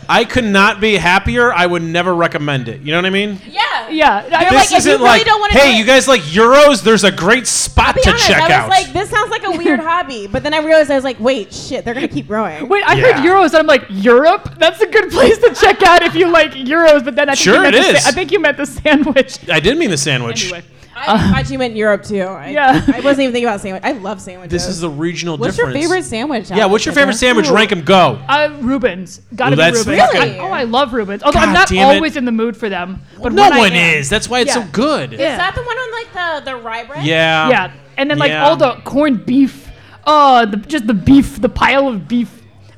Speaker 1: I could not be happier. I would never recommend it. You know what I mean?
Speaker 4: Yeah.
Speaker 5: yeah, I-
Speaker 1: this
Speaker 4: They're like, if you
Speaker 1: isn't
Speaker 4: really
Speaker 1: like,
Speaker 4: don't wanna do
Speaker 1: hey,
Speaker 4: it-
Speaker 1: you guys like Euros? There's a great spot
Speaker 4: be
Speaker 1: to
Speaker 4: honest,
Speaker 1: check
Speaker 4: I was
Speaker 1: out.
Speaker 4: like, this sounds like a weird hobby. But then I realized I was like, wait, shit, they're gonna keep growing.
Speaker 5: Wait, I
Speaker 1: Yeah.
Speaker 5: heard euros, and I'm like Europe. That's a good place to check out if you like euros. But then I think
Speaker 1: Sure,
Speaker 5: you meant
Speaker 1: it
Speaker 5: the sa-
Speaker 1: is.
Speaker 5: I think you meant the sandwich.
Speaker 1: I did mean the sandwich.
Speaker 5: Anyway,
Speaker 4: I
Speaker 1: uh,
Speaker 4: thought you meant Europe too. I,
Speaker 5: Yeah.
Speaker 4: I wasn't even thinking about sandwich. I love sandwiches.
Speaker 1: This is the regional
Speaker 4: what's
Speaker 1: difference.
Speaker 4: your favorite sandwich?
Speaker 1: Yeah, what's your favorite sandwich? Rank them. Go.
Speaker 5: uh, Rubens, gotta
Speaker 1: Ooh,
Speaker 5: be
Speaker 1: that's
Speaker 5: Rubens.
Speaker 4: fucking-
Speaker 5: I, oh, I love Rubens. Although
Speaker 1: God
Speaker 5: I'm not
Speaker 1: damn it.
Speaker 5: always in the mood for them. But
Speaker 1: no
Speaker 5: when I
Speaker 1: one
Speaker 5: am-
Speaker 1: is. That's why it's
Speaker 5: Yeah.
Speaker 1: so good.
Speaker 5: Yeah.
Speaker 4: Is that the one on like the the rye bread?
Speaker 1: Yeah.
Speaker 5: Yeah, and then like
Speaker 1: Yeah.
Speaker 5: all the corned beef. Oh, the, just the beef, the pile of beef.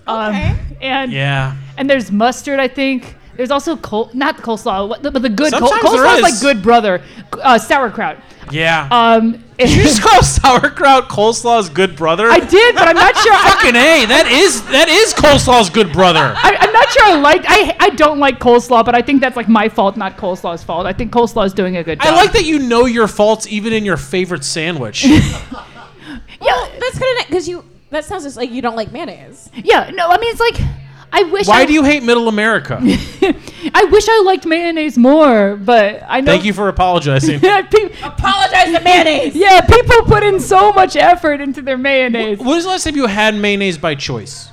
Speaker 5: Um,
Speaker 4: Okay.
Speaker 5: And
Speaker 1: Yeah.
Speaker 5: and there's mustard. I think there's also col not coleslaw, what- but the good col-
Speaker 1: Sometimes there
Speaker 5: coleslaw
Speaker 1: is.
Speaker 5: is like good brother uh, sauerkraut.
Speaker 1: Yeah.
Speaker 4: Uh,
Speaker 5: Um,
Speaker 1: [laughs]
Speaker 5: [laughs]
Speaker 1: you just call sauerkraut coleslaw's good brother?
Speaker 5: I did, but I'm not sure. I,
Speaker 1: Fucking A. That is that is coleslaw's good
Speaker 4: [laughs]
Speaker 1: brother.
Speaker 5: I, I'm not sure I liked. I I don't like coleslaw, but I think that's like my fault, not coleslaw's fault. I think coleslaw is doing a good job.
Speaker 1: I like that you know your faults even in your favorite
Speaker 4: [laughs]
Speaker 1: sandwich.
Speaker 5: Yeah,
Speaker 4: That's kind of because you. That sounds just like you don't
Speaker 1: [laughs]
Speaker 4: like mayonnaise.
Speaker 5: yeah. No, I mean it's like. I wish.
Speaker 1: Why
Speaker 5: I,
Speaker 1: do you hate Middle
Speaker 4: [laughs]
Speaker 1: America?
Speaker 5: [laughs] I wish I liked mayonnaise more, but I know. [laughs]
Speaker 1: Thank you for
Speaker 4: [laughs]
Speaker 1: apologizing.
Speaker 5: Yeah, pe-
Speaker 4: Apologize to mayonnaise.
Speaker 5: yeah, people put in so much effort into their mayonnaise.
Speaker 1: When was the last time you had mayonnaise by choice?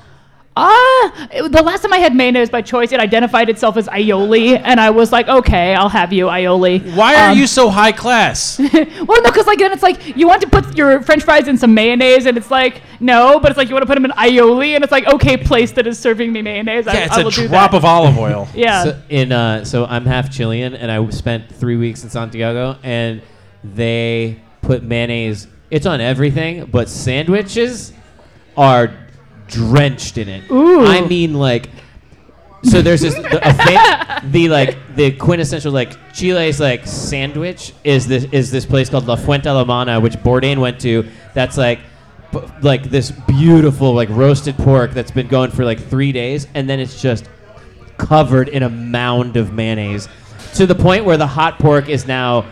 Speaker 5: Ah, it- the last time I had mayonnaise by choice, it identified itself as aioli, and I was like, okay, I'll have you aioli.
Speaker 1: Why are
Speaker 5: Um,
Speaker 1: you so high class?
Speaker 5: Well, no, because like then it's like you want to put your French fries in some mayonnaise, and it's like no, but it's like you want to put them in aioli, and it's like okay, place that is serving me mayonnaise. I,
Speaker 1: Yeah, it's
Speaker 5: I
Speaker 1: a
Speaker 5: will do
Speaker 1: drop
Speaker 5: that.
Speaker 1: of olive oil.
Speaker 5: yeah.
Speaker 2: So, in uh, so I'm half Chilean, and I spent three weeks in Santiago, and they put mayonnaise. It's on everything, but sandwiches are drenched in it.
Speaker 5: Ooh.
Speaker 2: I mean, like, so there's this the, a
Speaker 5: [laughs]
Speaker 2: fa- the like the quintessential like Chile's like sandwich is this is this place called La Fuente Alemana, which Bourdain went to. That's like b- like this beautiful like roasted pork that's been going for like three days, and then it's just covered in a mound of mayonnaise to the point where the hot pork is now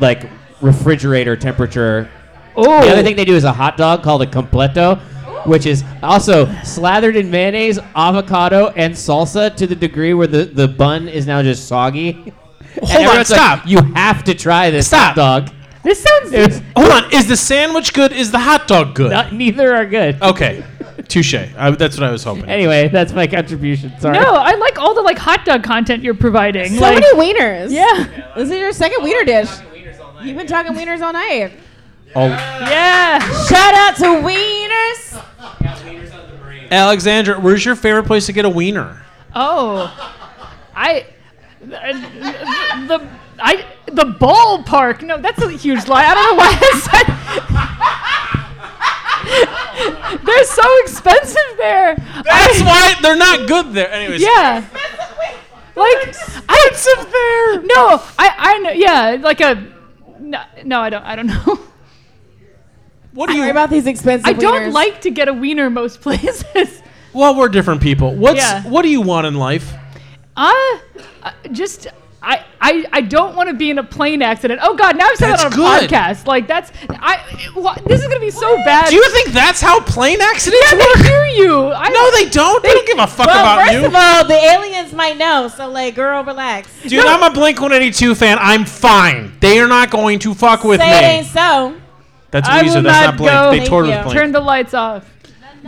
Speaker 2: like refrigerator temperature. Oh. The other thing they do is a hot dog called a completo, which is also slathered in mayonnaise, avocado, and salsa to the degree where the, the bun is now just soggy. And
Speaker 1: on,
Speaker 2: everyone's like,
Speaker 1: stop.
Speaker 2: you have to try this
Speaker 1: Stop.
Speaker 2: hot dog. [laughs]
Speaker 5: This sounds.
Speaker 2: It's-
Speaker 1: [laughs] Hold on. Is the sandwich good? Is the hot dog good?
Speaker 2: not, neither are good.
Speaker 1: Okay. Touche. I, that's what I was hoping.
Speaker 2: Anyway, that's my contribution. Sorry.
Speaker 5: No, I like all the like hot dog content you're providing.
Speaker 6: So
Speaker 5: like,
Speaker 6: many wieners.
Speaker 5: Yeah.
Speaker 6: This is your second wiener dish. You've been talking wieners all night.
Speaker 1: Oh,
Speaker 5: yeah.
Speaker 6: Shout out to wieners.
Speaker 1: Alexandra, where's your favorite place to get a wiener?
Speaker 5: Oh, I, the, the I the ballpark. No, that's a huge lie. I don't know why I said. [laughs] They're so expensive there.
Speaker 1: That's
Speaker 5: I-
Speaker 1: why they're not good there. Anyways.
Speaker 5: Yeah. Like expensive there. No, I I know. Yeah, like a. No, no, I don't. I don't know.
Speaker 1: What do
Speaker 6: Sorry
Speaker 1: you?
Speaker 6: about these expensive
Speaker 5: I don't
Speaker 6: wieners.
Speaker 5: like to get a wiener most [laughs] places.
Speaker 1: Well, we're different people. What's
Speaker 5: Yeah.
Speaker 1: what do you want in life?
Speaker 5: Uh, uh, just I, I I don't want to be in a plane accident. Oh God, now I'm saying
Speaker 1: That's
Speaker 5: that on a
Speaker 1: good.
Speaker 5: podcast. Like that's I. wha- This is gonna be so bad.
Speaker 1: Do you think that's how plane accidents
Speaker 5: Uh, yeah,
Speaker 1: work?
Speaker 5: they hear you. I,
Speaker 1: No, they don't. They, don't give a fuck
Speaker 6: Well,
Speaker 1: about
Speaker 6: first
Speaker 1: you.
Speaker 6: of all, the aliens might know, so like, girl, relax.
Speaker 1: Dude, I'm a Blink 182 fan. I'm fine. They are not going to fuck with
Speaker 6: Say it
Speaker 1: me.
Speaker 6: ain't so.
Speaker 1: That's
Speaker 5: I
Speaker 1: Weezer.
Speaker 5: will
Speaker 1: that's
Speaker 5: not
Speaker 1: not Blink.
Speaker 5: go.
Speaker 1: They
Speaker 5: Thank
Speaker 1: toured with
Speaker 6: you.
Speaker 1: Blink.
Speaker 5: turn the lights off.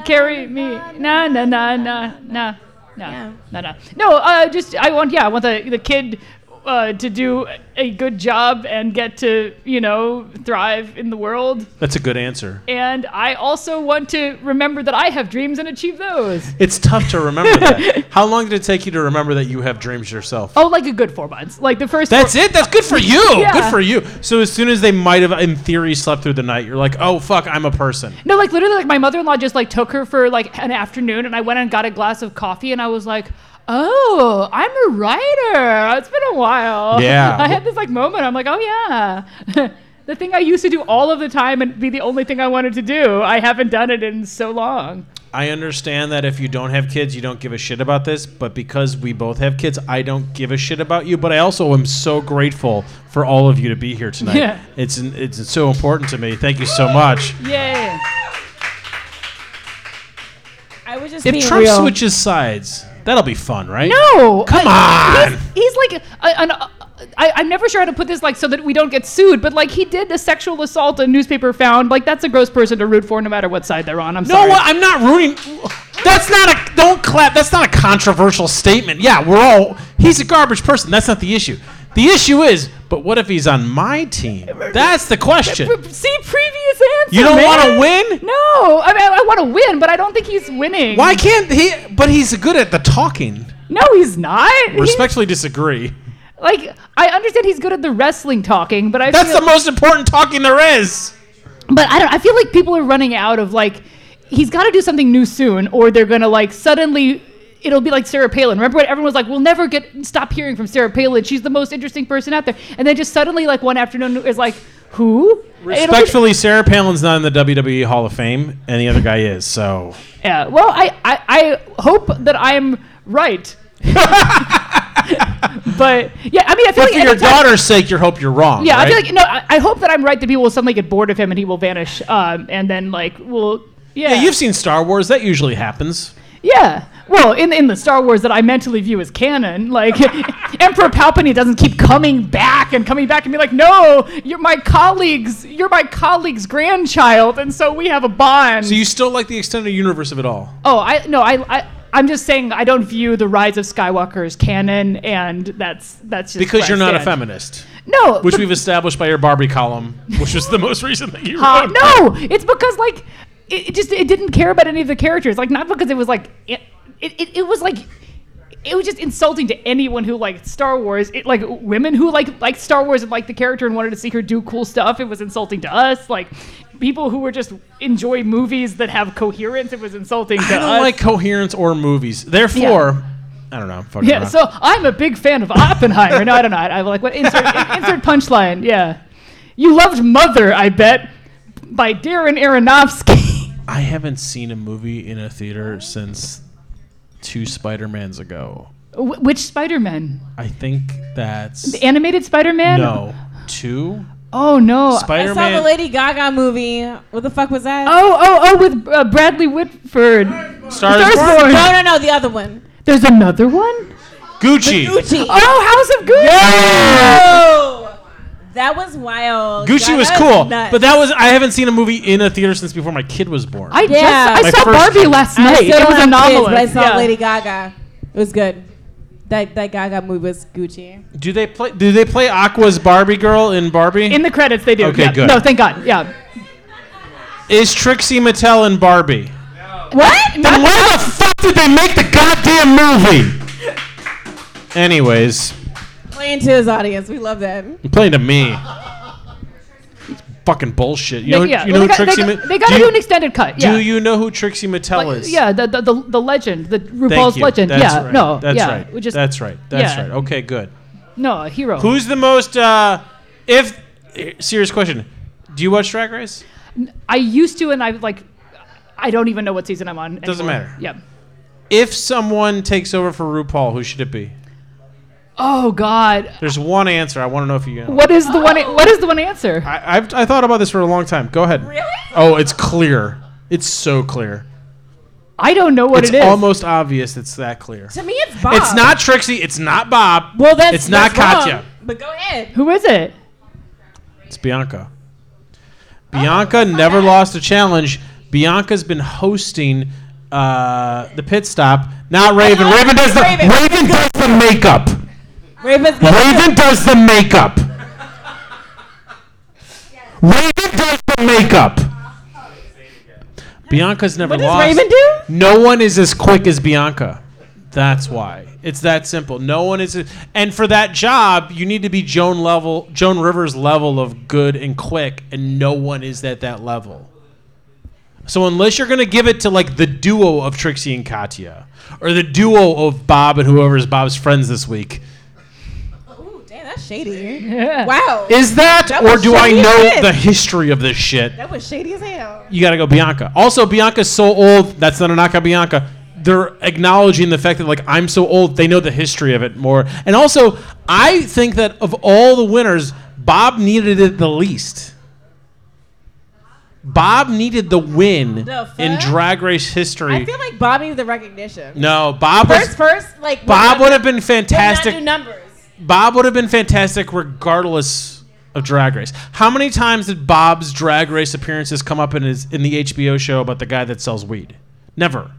Speaker 5: Carry me. Na na na na na na na na. No, uh, just I want yeah, I want the the kid. Uh, to do a good job and get to you know thrive in the world
Speaker 1: That's a good answer.
Speaker 5: and i also want to remember that i have dreams and achieve those
Speaker 1: It's tough to remember
Speaker 5: [laughs]
Speaker 1: that. How long did it take you to remember that you have dreams yourself?
Speaker 5: Oh, like a good four months. Like the first.
Speaker 1: That's
Speaker 5: four-
Speaker 1: it. That's good for you.
Speaker 5: Yeah.
Speaker 1: Good for you. So as soon as they might have, in theory, slept through the night, you're like, oh fuck, I'm a person.
Speaker 5: No, like literally, like my mother-in-law just like took her for like an afternoon, and I went and got a glass of coffee, and I was like, "Oh, I'm a writer. It's been a while."
Speaker 1: Yeah.
Speaker 5: [laughs] I had this like moment. I'm like, "Oh yeah." [laughs] The thing I used to do all of the time and be the only thing I wanted to do, I haven't done it in so long.
Speaker 1: I understand that if you don't have kids, you don't give a shit about this. But because we both have kids, I don't give a shit about you. But I also am so grateful for all of you to be here tonight.
Speaker 5: Yeah.
Speaker 1: It's it's so important to me. Thank you so much.
Speaker 5: Yay!
Speaker 6: I was just
Speaker 1: If
Speaker 6: being
Speaker 1: Trump
Speaker 6: real.
Speaker 1: switches sides, that'll be fun, right?
Speaker 5: No,
Speaker 1: Come
Speaker 5: I-
Speaker 1: on!
Speaker 5: He's, he's like a- an. I, I'm never sure how to put this, like, so that we don't get sued. But like, he did the sexual assault a newspaper found. Like, that's a gross person to root for, no matter what side they're on. I'm
Speaker 1: No,
Speaker 5: sorry.
Speaker 1: what? I'm not rooting. That's not a don't clap. That's not a controversial statement. Yeah, we're all. He's a garbage person. That's not the issue. The issue is, but what if he's on my team? That's the question.
Speaker 5: See previous answer.
Speaker 1: You don't want to
Speaker 5: man.
Speaker 1: win.
Speaker 5: No, I mean, I, I want to win, but I don't think he's winning.
Speaker 1: Why can't he? But he's good at the talking.
Speaker 5: No, he's not. He-
Speaker 1: Respectfully disagree.
Speaker 5: like, I understand he's good at the wrestling talking, but I
Speaker 1: That's
Speaker 5: feel,
Speaker 1: the most important talking there is.
Speaker 5: But I don't. I feel like people are running out of like. He's got to do something new soon, or they're gonna like suddenly. It'll be like Sarah Palin. Remember when everyone was like, "We'll never get stop hearing from Sarah Palin. She's the most interesting person out there." And then just suddenly, like one afternoon, is like, "Who?" It'll be-
Speaker 1: Respectfully, Sarah Palin's not in the WWE Hall of Fame, and the other guy is. So
Speaker 5: yeah. Well, I, I I hope that I'm right. [laughs] but yeah, I mean, I feel
Speaker 1: But
Speaker 5: like
Speaker 1: for
Speaker 5: at
Speaker 1: your
Speaker 5: the time-
Speaker 1: daughter's sake, you're hope you're wrong.
Speaker 5: Yeah, I
Speaker 1: right?
Speaker 5: feel like no. I, I hope that I'm right. That people will suddenly get bored of him and he will vanish. Um, and then like, well, yeah,
Speaker 1: Yeah, you've seen Star Wars. That usually happens.
Speaker 5: Yeah. Well, in in the Star Wars that I mentally view as
Speaker 1: [laughs]
Speaker 5: canon, like Emperor Palpatine doesn't keep coming back and coming back and be like, "No, you're my colleague's, you're my colleague's grandchild, and so we have a bond."
Speaker 1: So you still like the extended universe of it all?
Speaker 5: oh, I no, I, I I'm just saying I don't view the Rise of Skywalker as canon, and that's that's just
Speaker 1: Because
Speaker 5: where
Speaker 1: you're
Speaker 5: I
Speaker 1: not a
Speaker 5: stand.
Speaker 1: feminist,
Speaker 5: No,
Speaker 1: which
Speaker 5: but-
Speaker 1: we've established by your Barbie column, which was the most recent thing you
Speaker 5: Uh,
Speaker 1: wrote.
Speaker 5: no, it's because like it, it just it didn't care about any of the characters. Like not because it was like it it, it, it was like it was just insulting to anyone who liked Star Wars. It like women who like liked Star Wars and liked the character and wanted to see her do cool stuff. It was insulting to us. Like people who were just enjoy movies that have coherence. It was insulting to
Speaker 1: I don't
Speaker 5: us.
Speaker 1: like coherence or movies. Therefore, I don't know. I'm fucking
Speaker 5: yeah,
Speaker 1: around.
Speaker 5: so I'm a big fan of Oppenheimer. no, I don't know. I, I like what insert, insert punchline. Yeah, you loved Mother, I bet, by Darren Aronofsky. [laughs]
Speaker 1: I haven't seen a movie in a theater since two Spider Mans ago.
Speaker 5: Wh- which Spider-Man?
Speaker 1: I think that's
Speaker 5: The animated Spider-Man?
Speaker 1: no two
Speaker 5: Oh no.
Speaker 1: Spider
Speaker 4: I saw the
Speaker 1: Man.
Speaker 4: Lady Gaga movie. What the fuck was that?
Speaker 5: oh oh oh with uh, Bradley Whitford.
Speaker 1: Star is
Speaker 5: Stars
Speaker 1: Born.
Speaker 5: Born.
Speaker 4: No, no, no, the other one.
Speaker 5: There's another one?
Speaker 1: Gucci.
Speaker 4: Gucci.
Speaker 5: Oh, House of Gucci.
Speaker 4: Oh, that was wild.
Speaker 1: Gucci
Speaker 4: God,
Speaker 1: was
Speaker 4: that
Speaker 1: cool,
Speaker 4: nuts.
Speaker 1: but that was I haven't seen a movie in a theater since before my kid was born.
Speaker 5: I
Speaker 4: Yeah.
Speaker 5: just I
Speaker 1: My
Speaker 5: saw
Speaker 1: first
Speaker 5: Barbie
Speaker 1: one.
Speaker 5: last
Speaker 4: I
Speaker 5: night.
Speaker 4: still
Speaker 5: It was
Speaker 4: don't have kids,
Speaker 5: anomalous.
Speaker 4: but I saw
Speaker 5: Yeah.
Speaker 4: Lady Gaga. It was good. That that Gaga movie was Gucci.
Speaker 1: do they play? Do they play Aqua's Barbie girl in Barbie?
Speaker 5: In the credits, they do.
Speaker 1: Okay,
Speaker 5: yeah.
Speaker 1: good.
Speaker 5: No, thank God. Yeah.
Speaker 1: is Trixie Mattel in Barbie?
Speaker 4: What?
Speaker 1: Then why the fuck did they make the goddamn movie? Anyways,
Speaker 4: Playing to his audience. We love that.
Speaker 1: I'm playing to me. It's fucking bullshit. You know,
Speaker 5: yeah.
Speaker 1: you know
Speaker 5: Well,
Speaker 1: who
Speaker 5: they, got,
Speaker 1: Trixie.
Speaker 5: they,
Speaker 1: Ma-
Speaker 5: got, they gotta
Speaker 1: do
Speaker 5: do,
Speaker 1: you-
Speaker 5: an extended cut. Yeah.
Speaker 1: Do you know who Trixie Mattel
Speaker 5: Like,
Speaker 1: is?
Speaker 5: yeah, the, the, the, the legend, the RuPaul's
Speaker 1: Thank you.
Speaker 5: legend.
Speaker 1: That's
Speaker 5: yeah,
Speaker 1: right.
Speaker 5: no,
Speaker 1: That's
Speaker 5: yeah,
Speaker 1: right.
Speaker 5: we just
Speaker 1: That's right. That's
Speaker 5: yeah.
Speaker 1: right. Okay, good.
Speaker 5: no a hero.
Speaker 1: Who's the most? uh If serious question, do you watch Drag Race?
Speaker 5: I used to, and I like, I don't even know what season I'm on.
Speaker 1: Doesn't
Speaker 5: anymore.
Speaker 1: matter.
Speaker 5: Yeah.
Speaker 1: If someone takes over for RuPaul, who should it be?
Speaker 5: Oh God,
Speaker 1: There's one answer. I want to know if you. Know.
Speaker 5: what is the one? What is the one answer?
Speaker 1: I, I've I thought about this for a long time. Go ahead. Really? Oh, it's clear. It's so clear.
Speaker 5: I don't know what
Speaker 1: it's
Speaker 5: it is.
Speaker 1: almost obvious. It's that clear.
Speaker 4: To me, it's Bob.
Speaker 1: It's not Trixie. It's not Bob.
Speaker 4: Well, that's
Speaker 1: It's not
Speaker 4: that's wrong,
Speaker 1: Katya.
Speaker 4: But go ahead.
Speaker 5: Who is it?
Speaker 1: It's Bianca. Bianca never lost a challenge. Bianca's been hosting uh, the pit stop. Not Raven.
Speaker 4: Oh,
Speaker 1: Raven does the
Speaker 4: Raven.
Speaker 1: Raven does the makeup.
Speaker 4: Raven's good.
Speaker 1: Raven does the makeup. Raven does the makeup. Bianca's never
Speaker 4: What does
Speaker 1: lost.
Speaker 4: Raven do?
Speaker 1: No one is as quick as Bianca. That's why. It's that simple. No one is and for that job, you need to be Joan level Joan Rivers level of good and quick and no one is at that level. So unless you're going to give it to like the duo of Trixie and Katya or the duo of Bob and whoever's Bob's friends this week,
Speaker 4: Ooh, damn, that's
Speaker 5: [laughs]
Speaker 4: shady. Wow.
Speaker 1: Is that, or
Speaker 4: was
Speaker 1: do I
Speaker 4: shady as
Speaker 1: know
Speaker 4: shit.
Speaker 1: the history of this shit?
Speaker 4: that was shady as hell.
Speaker 1: You gotta go Bianca. Also, Bianca's so old. That's not a knock on Bianca. They're acknowledging the fact that like I'm so old. They know the history of it more. And also, I think that of all the winners, Bob needed it the least. Bob needed the win
Speaker 4: The
Speaker 1: in
Speaker 4: fuck?
Speaker 1: Drag Race history.
Speaker 4: I feel like Bob needed the recognition.
Speaker 1: no, Bob was.
Speaker 4: First, first, like
Speaker 1: Bob would
Speaker 4: would
Speaker 1: have been fantastic.
Speaker 4: Not do numbers.
Speaker 1: Bob would have been fantastic regardless of Drag Race. How many times did Bob's Drag Race appearances come up in his in the HBO show about the guy that sells weed? Never.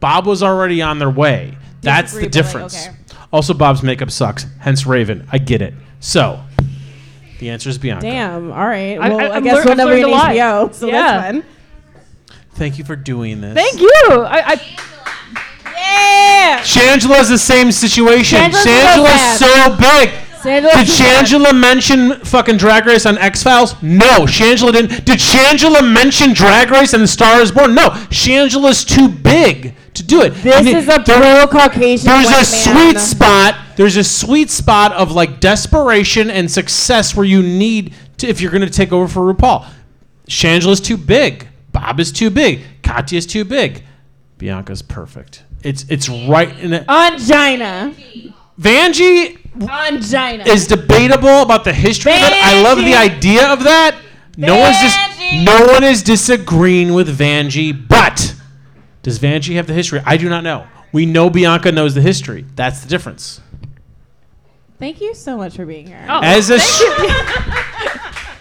Speaker 1: Bob was already on their way. That's the
Speaker 4: Disagree, but like,
Speaker 1: difference.
Speaker 4: okay.
Speaker 1: Also, Bob's makeup sucks. Hence, Raven. I get it. So, the answer is Bianca.
Speaker 4: Damn. All right.
Speaker 5: I-
Speaker 4: Well, I,
Speaker 5: I- I've
Speaker 4: guess
Speaker 5: lear-
Speaker 4: we'll
Speaker 5: I've
Speaker 4: never
Speaker 5: learned
Speaker 4: get
Speaker 5: a lot.
Speaker 4: HBO. So
Speaker 5: Yeah.
Speaker 4: that's fun.
Speaker 1: Thank you for doing this.
Speaker 5: Thank you. I, I
Speaker 4: Yeah.
Speaker 1: Shangela's the same situation. Shangela's
Speaker 4: Shangela's
Speaker 1: so big. Did Shangela mention fucking Drag Race on X Files? No, Shangela didn't. Did Shangela mention Drag Race and The Star Is Born? No, Shangela's too big to do it.
Speaker 4: This
Speaker 1: And it-
Speaker 4: is a pro Caucasian.
Speaker 1: There's
Speaker 4: white
Speaker 1: a
Speaker 4: man.
Speaker 1: sweet spot. There's a sweet spot of like desperation and success where you need to if you're going to take over for RuPaul. Shangela's too big. Bob is too big. Katya's too big. Bianca's perfect. It's it's right in it.
Speaker 4: Angina.
Speaker 1: Vanjie
Speaker 4: Angina.
Speaker 1: is debatable about the history of it. I love the
Speaker 4: Vanjie.
Speaker 1: idea of that. No one's dis-
Speaker 4: Vanjie.
Speaker 1: no one is disagreeing with Vanjie, but does Vanjie have the history? I do not know. We know Bianca knows the history. That's the difference.
Speaker 4: Thank you so much for being here. [laughs]
Speaker 5: oh,
Speaker 1: As a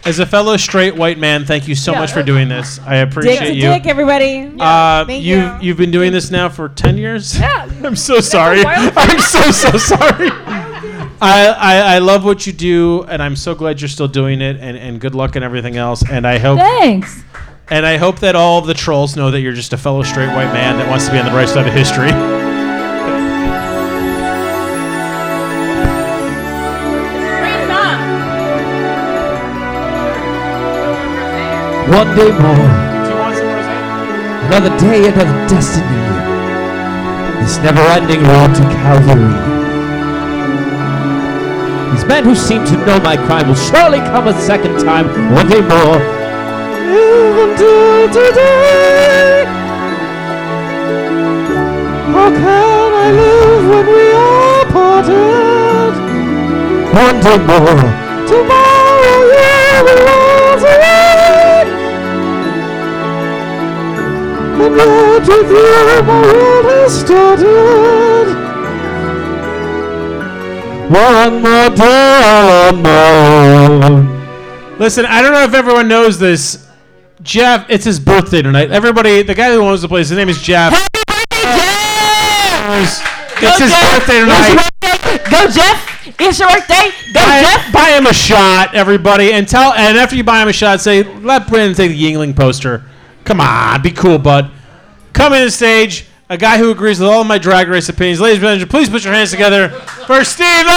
Speaker 1: as a fellow straight white man, thank you so much for doing this. I
Speaker 4: dick
Speaker 1: appreciate
Speaker 4: to
Speaker 1: you.
Speaker 4: dick, everybody.
Speaker 1: Uh,
Speaker 4: Thank
Speaker 1: you've
Speaker 4: you.
Speaker 1: you've been doing this now for ten years.
Speaker 5: [laughs] yeah.
Speaker 1: [laughs] I'm so sorry.
Speaker 5: wild-
Speaker 1: I'm so
Speaker 4: [laughs]
Speaker 1: so sorry. I, I I love what you do, and I'm so glad you're still doing it. And, and good luck and everything else. And I hope
Speaker 5: Thanks.
Speaker 1: and I hope that all of the trolls know that you're just a fellow straight white man that wants to be on the right side of history.
Speaker 2: One day more, another day, another destiny. This never ending road to Calvary. These men who seem to know my crime will surely come a second time, one day more. uh,
Speaker 7: do today? How can I live when we are parted? One day more. Tomorrow you will resurrect. And yet with you my world has started. One more day all alone.
Speaker 1: Listen, I don't know if everyone knows this. Jeff, it's his birthday tonight. Everybody, the guy who owns the place, his name is Jeff. It's his birthday tonight.
Speaker 6: Go, Jeff. It's your birthday. Go,
Speaker 1: Buy, buy him a shot, everybody, and tell. And after you buy him a shot, say, "Let Brandon take the Yingling poster." Come on, be cool, bud. Come in the stage. A guy who agrees with all of my drag race opinions. Ladies and gentlemen, please put your hands together for Steve.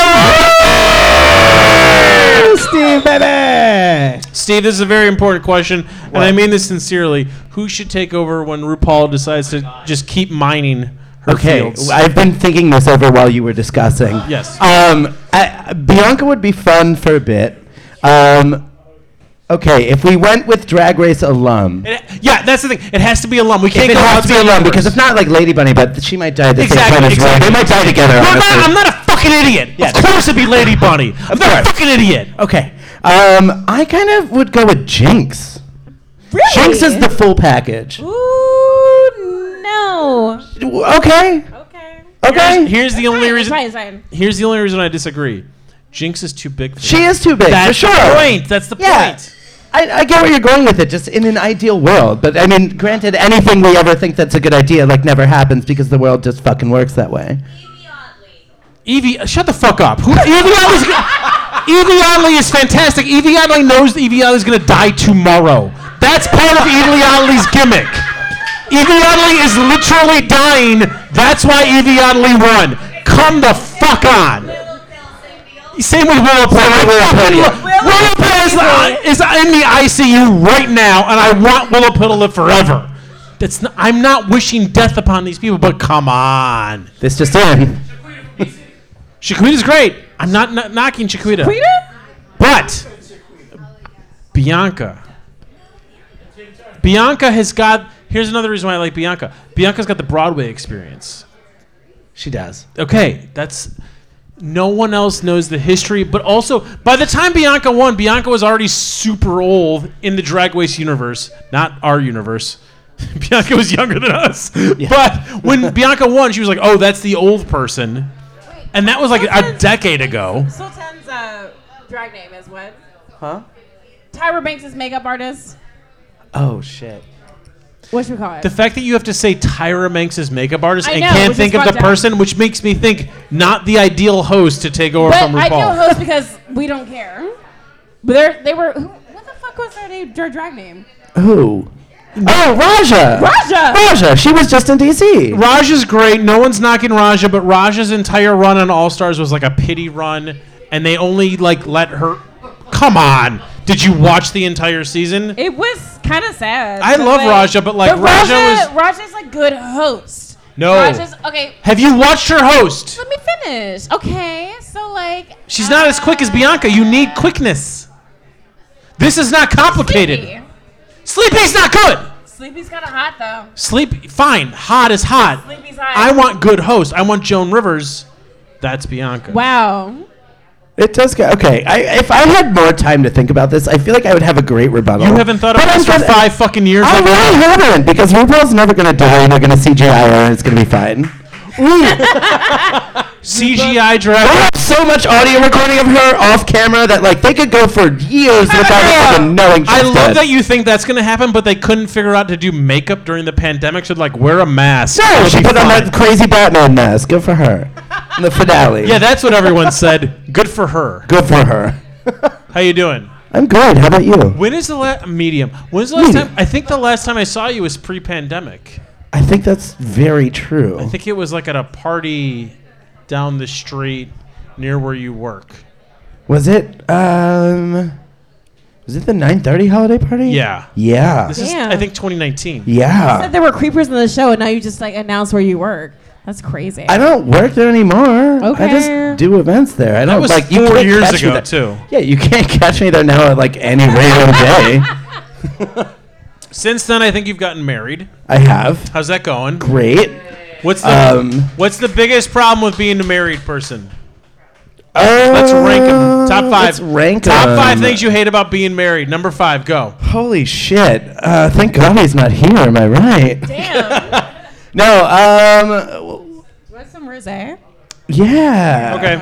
Speaker 1: Irwin!
Speaker 7: Steve, baby.
Speaker 1: Steve, this is a very important question, and I mean this sincerely. Who should take over when RuPaul decides to just keep mining her
Speaker 8: Okay,
Speaker 1: fields?
Speaker 8: I've been thinking this over while you were discussing.
Speaker 1: yes.
Speaker 8: Um, I, Bianca would be fun for a bit. Um, okay, if we went with Drag Race alum,
Speaker 1: It- yeah, that's the thing. It has to be alum. We can't
Speaker 8: it
Speaker 1: go
Speaker 8: has to be
Speaker 1: outside
Speaker 8: alum
Speaker 1: numbers.
Speaker 8: because it's not like Lady Bunny, but she might die at the
Speaker 1: Exactly,
Speaker 8: same time as Ryan.
Speaker 1: exactly.
Speaker 8: They might die together.
Speaker 1: I'm
Speaker 8: honestly.
Speaker 1: not, I'm not a fucking idiot.
Speaker 8: Yeah.
Speaker 1: Of course it'd be Lady Bunny. I'm
Speaker 8: Of
Speaker 1: not a
Speaker 8: course.
Speaker 1: fucking idiot.
Speaker 8: Okay. Um, I kind of would go with Jinx.
Speaker 6: Really?
Speaker 8: Jinx is the full package.
Speaker 6: Ooh, no.
Speaker 8: Okay.
Speaker 6: Okay.
Speaker 8: Okay.
Speaker 1: Here's, here's the only reason.
Speaker 6: Fine, it's fine.
Speaker 1: Here's the only reason I disagree. Jinx is too big. For
Speaker 8: she
Speaker 1: that.
Speaker 8: is too big
Speaker 1: That's
Speaker 8: for sure.
Speaker 1: the point. That's the
Speaker 8: Yeah.
Speaker 1: point.
Speaker 8: I, I get where you're going with it, just in an ideal world. But I mean, granted, anything we ever think that's a good idea, like, never happens because the world just fucking works that way.
Speaker 1: Evie, uh, shut the fuck up. Who, Evie Oddly's gonna- Evie Oddly is fantastic. Evie Oddly knows that Evie Oddly's gonna die tomorrow. That's part of Evie Oddly's gimmick. Evie Oddly is literally dying. That's why Evie Oddly won. Come the fuck on. Same with Willow Pill.
Speaker 8: Willow Pill, yeah.
Speaker 1: Willow Pill is, is in the ICU right now, and I want Willow Pill to live forever. That's not, I'm not wishing death upon these people, but come on.
Speaker 8: This just in.
Speaker 1: Shaquita's great. I'm not kn- knocking Shaquita.
Speaker 6: Rita?
Speaker 1: But Bianca. Bianca has got. Here's another reason why I like Bianca. Bianca's got the Broadway experience.
Speaker 8: She does.
Speaker 1: Okay, that's. No one else knows the history, but also by the time Bianca won, Bianca was already super old in the Drag Race universe, not our universe. [laughs] Bianca was younger than
Speaker 8: [laughs]
Speaker 1: us. But when Bianca won, she was like, "Oh, that's the old person." And that was like a decade ago.
Speaker 6: Sultan's uh, drag name is what?
Speaker 8: Huh?
Speaker 6: Tyra Banks' makeup artist.
Speaker 8: Oh, shit.
Speaker 6: What should we call it?
Speaker 1: The fact that you have to say Tyra Banks' makeup artist
Speaker 6: I
Speaker 1: and
Speaker 6: know,
Speaker 1: can't
Speaker 6: which
Speaker 1: think
Speaker 6: is
Speaker 1: of the
Speaker 6: fucked up.
Speaker 1: person, which makes me think not the ideal host to take over
Speaker 6: but
Speaker 1: from
Speaker 6: I know
Speaker 1: RuPaul.
Speaker 6: host because we don't care. But they're, they were. Who, what the fuck was their name? Their drag name?
Speaker 8: Who? Oh, Raja.
Speaker 6: Raja!
Speaker 8: Raja. She was just in D.C.
Speaker 1: Raja's great. No one's knocking Raja, but Raja's entire run on All Stars was like a pity run, and they only like let her. Come on, did you watch the entire season?
Speaker 6: It was kind of sad.
Speaker 1: I
Speaker 6: but,
Speaker 1: love Raja, but, like, Raja was-
Speaker 6: Raja's like good host.
Speaker 1: No.
Speaker 6: Raja's okay.
Speaker 1: Have you watched her host?
Speaker 6: Let me finish. Okay, so like uh,
Speaker 1: She's not as quick as Bianca. You need quickness. This is not complicated.
Speaker 6: Sleepy.
Speaker 1: Sleepy's not good.
Speaker 6: Sleepy's kind of hot though.
Speaker 1: Sleep, fine. Hot is hot.
Speaker 6: Sleepy's hot.
Speaker 1: I want good host. I want Joan Rivers. That's Bianca. Uh,
Speaker 6: Wow.
Speaker 8: It does go. Okay. I, if I had more time to think about this, I feel like I would have a great rebuttal.
Speaker 1: You haven't thought about
Speaker 8: But I'm
Speaker 1: this for
Speaker 8: gonna-
Speaker 1: five fucking years.
Speaker 8: I
Speaker 1: like
Speaker 8: really haven't because RuPaul's never going to die and they're going to CGI her and it's going to be fine.
Speaker 1: CGI
Speaker 8: I
Speaker 1: dragon.
Speaker 8: have so much audio recording of her off camera that like they could go for
Speaker 1: [laughs]
Speaker 8: years without even knowing she's
Speaker 1: I love
Speaker 8: dead.
Speaker 1: that you think that's gonna happen, but they couldn't figure out to do makeup during the pandemic. So like, wear a mask.
Speaker 8: No,
Speaker 1: It'll
Speaker 8: she
Speaker 1: be
Speaker 8: put on
Speaker 1: fine.
Speaker 8: that crazy Batman mask. Good
Speaker 1: [laughs]
Speaker 8: for her. In the finale.
Speaker 1: Yeah, that's what everyone said. Good for her.
Speaker 8: good
Speaker 1: [laughs]
Speaker 8: for her.
Speaker 1: How you doing?
Speaker 8: I'm good. How about you?
Speaker 1: When is the last medium? When's the last
Speaker 8: Medium.
Speaker 1: time? I think the last time I saw you was pre-pandemic.
Speaker 8: I think that's very true.
Speaker 1: I think it was like at a party down the street near where you work.
Speaker 8: was it um was it the 9:30 holiday party?
Speaker 1: Yeah.
Speaker 8: Yeah.
Speaker 1: This is,
Speaker 6: Damn.
Speaker 1: I think, 2019.
Speaker 8: Yeah.
Speaker 6: Said there were creepers in the show, and now you just like announce where you work. That's crazy.
Speaker 8: I don't work there anymore. I
Speaker 6: Okay.
Speaker 8: just do events there. I don't
Speaker 1: was
Speaker 8: like you
Speaker 1: four
Speaker 8: can't
Speaker 1: years
Speaker 8: catch me
Speaker 1: ago,
Speaker 8: [laughs] there-
Speaker 1: too.
Speaker 6: [laughs]
Speaker 8: Yeah, you can't catch me there now at like any regular day.
Speaker 1: Since then, I think you've gotten married.
Speaker 8: I have.
Speaker 1: How's that going?
Speaker 8: Great.
Speaker 1: What's the
Speaker 8: Um,
Speaker 1: What's the biggest problem with being a married person?
Speaker 8: let's
Speaker 1: rank 'em. Top five.
Speaker 8: uh, Um, Let's rank
Speaker 1: Top five
Speaker 8: 'em.
Speaker 1: things you hate about being married. Number five, go.
Speaker 8: Holy shit. Uh, thank God he's not here. Am I right?
Speaker 1: [laughs]
Speaker 4: Damn.
Speaker 8: No. Um.
Speaker 6: Want some rosé?
Speaker 8: Yeah.
Speaker 1: Okay.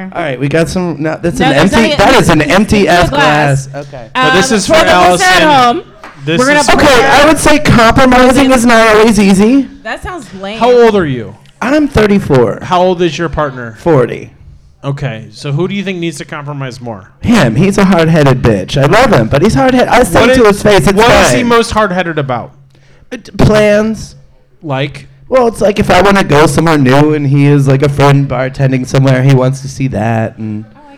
Speaker 8: [laughs] All right. We got some. No, that's
Speaker 4: No,
Speaker 8: an
Speaker 4: there's
Speaker 8: empty.
Speaker 4: not-
Speaker 8: That is an empty
Speaker 4: there's
Speaker 8: ass
Speaker 4: no
Speaker 8: glass. Okay.
Speaker 1: Well, this is for
Speaker 4: the folks Um, at
Speaker 1: Allison.
Speaker 4: home,
Speaker 1: This
Speaker 4: We're gonna
Speaker 1: is-
Speaker 8: Okay. I would say compromising is not always easy.
Speaker 6: That sounds lame.
Speaker 1: How old are you?
Speaker 8: I'm 34.
Speaker 1: How old is your partner?
Speaker 8: 40.
Speaker 1: Okay, so who do you think needs to compromise more?
Speaker 8: Him. He's a hard-headed bitch. I love him, but he's hard-headed. I say
Speaker 1: What
Speaker 8: to
Speaker 1: i-
Speaker 8: his face, it's
Speaker 1: What
Speaker 8: fine.
Speaker 1: is he most hard-headed about?
Speaker 8: It- plans.
Speaker 1: Like,
Speaker 8: Well, it's like if I want to go somewhere new and he is like a friend bartending somewhere, he wants to see that and.
Speaker 6: Oh,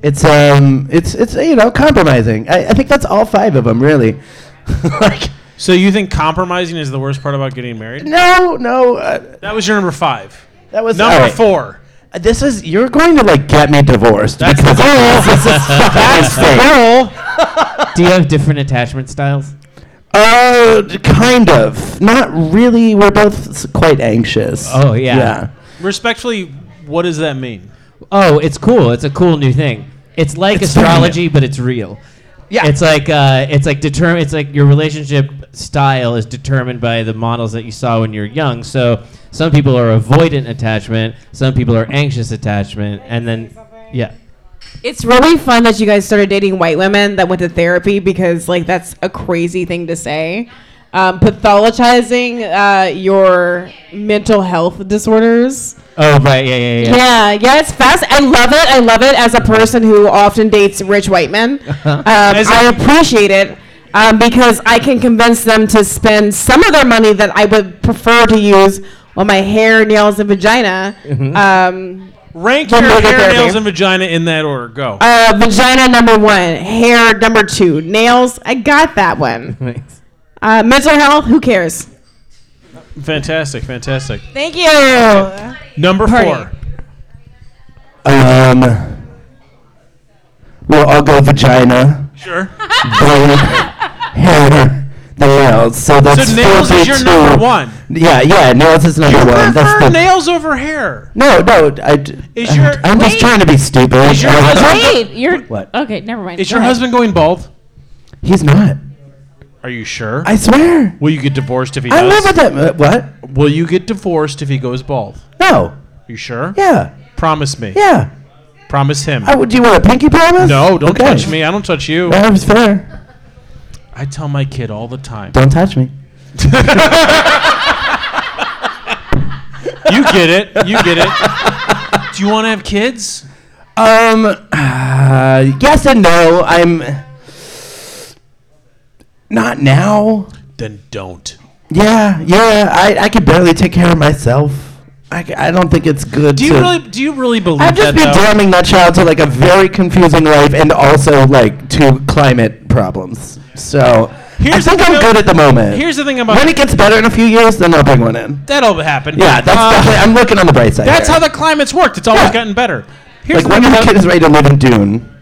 Speaker 8: It's um, it's it's you know compromising. I, I think that's all five of them really. [laughs] like
Speaker 1: so you think compromising is the worst part about getting married?
Speaker 8: no, no, uh,
Speaker 1: That was your number five.
Speaker 8: that was
Speaker 1: Number
Speaker 8: all right.
Speaker 1: four.
Speaker 8: This is you're going to like get me divorced
Speaker 1: That's
Speaker 8: because
Speaker 1: the goal.
Speaker 8: this
Speaker 1: [laughs]
Speaker 8: is fucking insane.
Speaker 2: Do you have different attachment styles?
Speaker 8: Uh, d- kind of. Not really. We're both s- quite anxious.
Speaker 2: Oh, yeah.
Speaker 8: Yeah.
Speaker 1: Respectfully, what does that mean?
Speaker 2: Oh, it's cool. It's a cool new thing. It's like
Speaker 8: It's
Speaker 2: astrology,
Speaker 8: real.
Speaker 2: but it's real.
Speaker 8: Yeah.
Speaker 2: It's like uh, it's like determine. It's like your relationship style is determined by the models that you saw when you were young. So some people are avoidant attachment. Some people are anxious attachment, and then yeah.
Speaker 4: it's really fun that you guys started dating white women that went to therapy because, like, that's a crazy thing to say. Um, pathologizing uh, your mental health disorders.
Speaker 2: Oh right, yeah, yeah, yeah.
Speaker 4: Yeah, yeah, it's fast. I love it. I love it as a person who often dates rich white men. Um,
Speaker 1: As a-
Speaker 4: I appreciate it um, because I can convince them to spend some of their money that I would prefer to use on my hair, nails, and vagina. Um,
Speaker 1: Rank
Speaker 4: Number
Speaker 1: your
Speaker 4: one
Speaker 1: hair,
Speaker 4: therapy.
Speaker 1: nails, and vagina in that order. Go.
Speaker 4: uh, vagina number one, hair number two, nails. I got that one.
Speaker 2: Thanks.
Speaker 4: Uh, mental health, who cares?
Speaker 1: fantastic, fantastic.
Speaker 4: Thank you.
Speaker 1: Number
Speaker 4: Party.
Speaker 1: four.
Speaker 8: Um. Well, I'll go vagina,
Speaker 1: [laughs] Sure.
Speaker 8: bone,
Speaker 1: [laughs]
Speaker 8: hair, the nails. So that's
Speaker 1: So nails is your
Speaker 8: 42.
Speaker 1: number one.
Speaker 8: Yeah, yeah. Nails is number one. That's
Speaker 1: Prefer
Speaker 8: the
Speaker 1: nails over hair.
Speaker 8: no, no. I. d-
Speaker 1: Is
Speaker 8: I'm-
Speaker 1: your-
Speaker 8: [sighs] I'm just
Speaker 1: wait.
Speaker 8: trying to be stupid.
Speaker 1: Is your
Speaker 8: I-
Speaker 1: husband-
Speaker 6: Wait, you're
Speaker 8: What?
Speaker 6: okay. Never mind.
Speaker 1: Is
Speaker 6: Go
Speaker 1: your
Speaker 6: ahead.
Speaker 1: husband going bald?
Speaker 8: He's not.
Speaker 1: Are you sure?
Speaker 8: I swear.
Speaker 1: Will you get divorced if he
Speaker 8: I
Speaker 1: does?
Speaker 8: live with him. Uh, What?
Speaker 1: Will you get divorced if he goes bald?
Speaker 8: No.
Speaker 1: You sure?
Speaker 8: Yeah.
Speaker 1: Promise me.
Speaker 8: Yeah.
Speaker 1: Promise him.
Speaker 8: I, do you want a pinky promise?
Speaker 1: no, don't
Speaker 8: Okay. Uh-huh.
Speaker 1: touch me. I don't touch you.
Speaker 8: That was fair.
Speaker 1: I tell my kid all the time.
Speaker 8: Don't touch me.
Speaker 1: you get it. You get it. Do you want to have kids?
Speaker 8: Um, [sighs] uh, yes and no. I'm not now.
Speaker 1: Then don't.
Speaker 8: Yeah, yeah. I, I could barely take care of myself. I, c- I don't think it's good.
Speaker 1: Do you
Speaker 8: to,
Speaker 1: really? Do you really believe
Speaker 8: I've just
Speaker 1: that?
Speaker 8: been
Speaker 1: though?
Speaker 8: damning that child to like a very confusing life and also like to climate problems. So
Speaker 1: Here's
Speaker 8: I think
Speaker 1: the
Speaker 8: I'm
Speaker 1: thing-
Speaker 8: good at the moment.
Speaker 1: Here's the thing about
Speaker 8: when it gets better in a few years, then I'll bring one in.
Speaker 1: that'll happen.
Speaker 8: Yeah, that's
Speaker 1: Uh,
Speaker 8: definitely. I'm looking on the bright side.
Speaker 1: that's
Speaker 8: here.
Speaker 1: how the climate's worked. It's always
Speaker 8: Yeah.
Speaker 1: gotten better. Here's
Speaker 8: Like
Speaker 1: the
Speaker 8: when
Speaker 1: thing
Speaker 8: your
Speaker 1: about- [laughs]
Speaker 8: kid is ready to live in Dune.